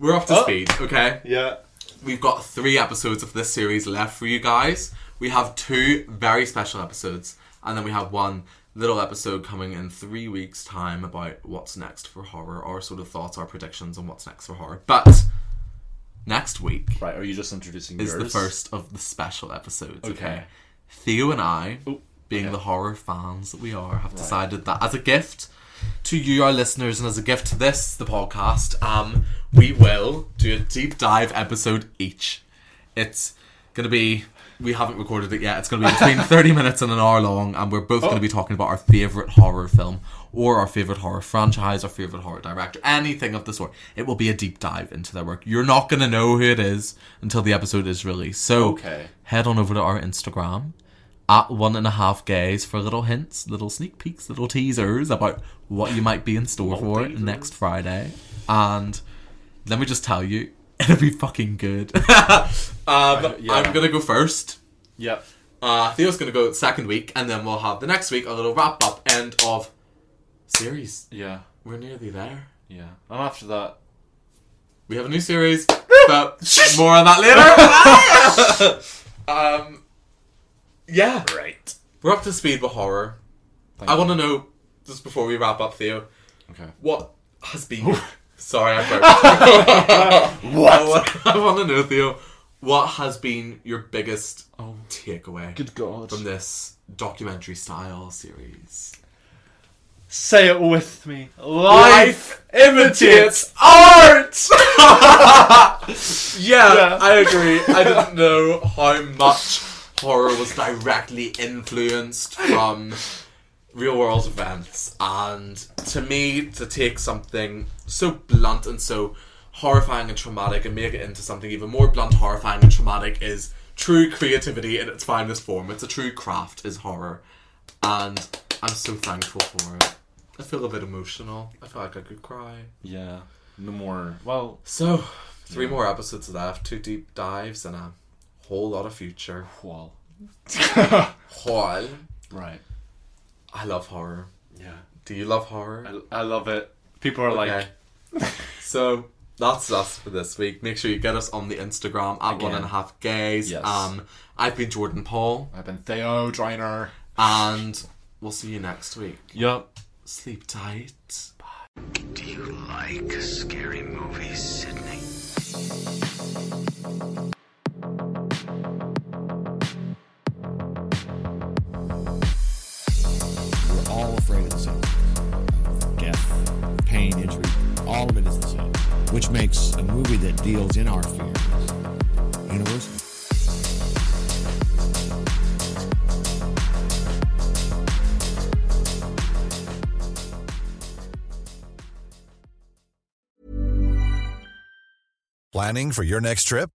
Speaker 3: we're up to
Speaker 4: Oh.
Speaker 3: speed, okay?
Speaker 4: yeah.
Speaker 3: We've got three episodes of this series left for you guys. We have two very special episodes, and then we have one little episode coming in three weeks' time about what's next for horror, our sort of thoughts, our predictions on what's next for horror. But next week
Speaker 4: Right. Are you just introducing
Speaker 3: is
Speaker 4: yours?
Speaker 3: the first of the special episodes. Okay.
Speaker 4: Okay.
Speaker 3: Theo and I, being
Speaker 4: okay.
Speaker 3: the horror fans that we are, have decided that as a gift to you, our listeners, and as a gift to this, the podcast, um, we will do a deep dive episode each. It's going to be. We haven't recorded it yet. It's going to be between 30 minutes and an hour long, and we're both
Speaker 4: Oh.
Speaker 3: going to be talking about our favourite horror film or our favourite horror franchise, our favourite horror director, anything of the sort. It will be a deep dive into their work. You're not going to know who it is until the episode is released. So
Speaker 4: Okay.
Speaker 3: head on over to our Instagram at one and a half gays for little hints, little sneak peeks, little teasers about what you might be in store for next Friday. And let me just tell you, it'll be fucking good. um,
Speaker 4: yeah.
Speaker 3: I'm gonna go first.
Speaker 4: Yep.
Speaker 3: Uh, Theo's gonna go second week, and then we'll have the next week a little wrap up end of series.
Speaker 4: Yeah.
Speaker 3: We're nearly there.
Speaker 4: Yeah. And after that,
Speaker 3: We have a new series, but more on that later. um, yeah,
Speaker 4: right.
Speaker 3: we're up to speed with horror. I want to know just before we wrap up, Theo,
Speaker 4: Okay.
Speaker 3: what has been? Sorry, I burped. what? I want to know, Theo, what has been your biggest takeaway
Speaker 4: Oh. Good God.
Speaker 3: from this documentary style series?
Speaker 4: Say it with me. Life, imitates.
Speaker 3: art. yeah,
Speaker 4: Yeah.
Speaker 3: I agree. I didn't know how much horror was directly influenced from real world events, and to me, to take something so blunt and so horrifying and traumatic and make it into something even more blunt, horrifying, and traumatic is true creativity in its finest form. It's a true craft, is horror, and I'm so thankful for it. I feel a bit emotional. I feel like I could cry.
Speaker 4: Yeah. No more. Well,
Speaker 3: So, three more episodes left, two deep dives, and a whole lot of future.
Speaker 4: qual.
Speaker 3: Horror.
Speaker 4: Right.
Speaker 3: I love horror.
Speaker 4: Yeah.
Speaker 3: Do you love horror?
Speaker 4: I, I love it. People are like,
Speaker 3: so that's us for this week. Make sure you get us on the Instagram at one and a half gays.
Speaker 4: Yes.
Speaker 3: Um, I've been Jordan Paul,
Speaker 4: I've been Theo Driner.
Speaker 3: and we'll see you next week.
Speaker 4: Yup.
Speaker 3: Sleep tight.
Speaker 1: Do you like scary movies, Sydney?
Speaker 2: afraid of the sun. Death, pain, injury, all of it is the same. Which makes a movie that deals in our fears universal.
Speaker 5: Planning for your next trip?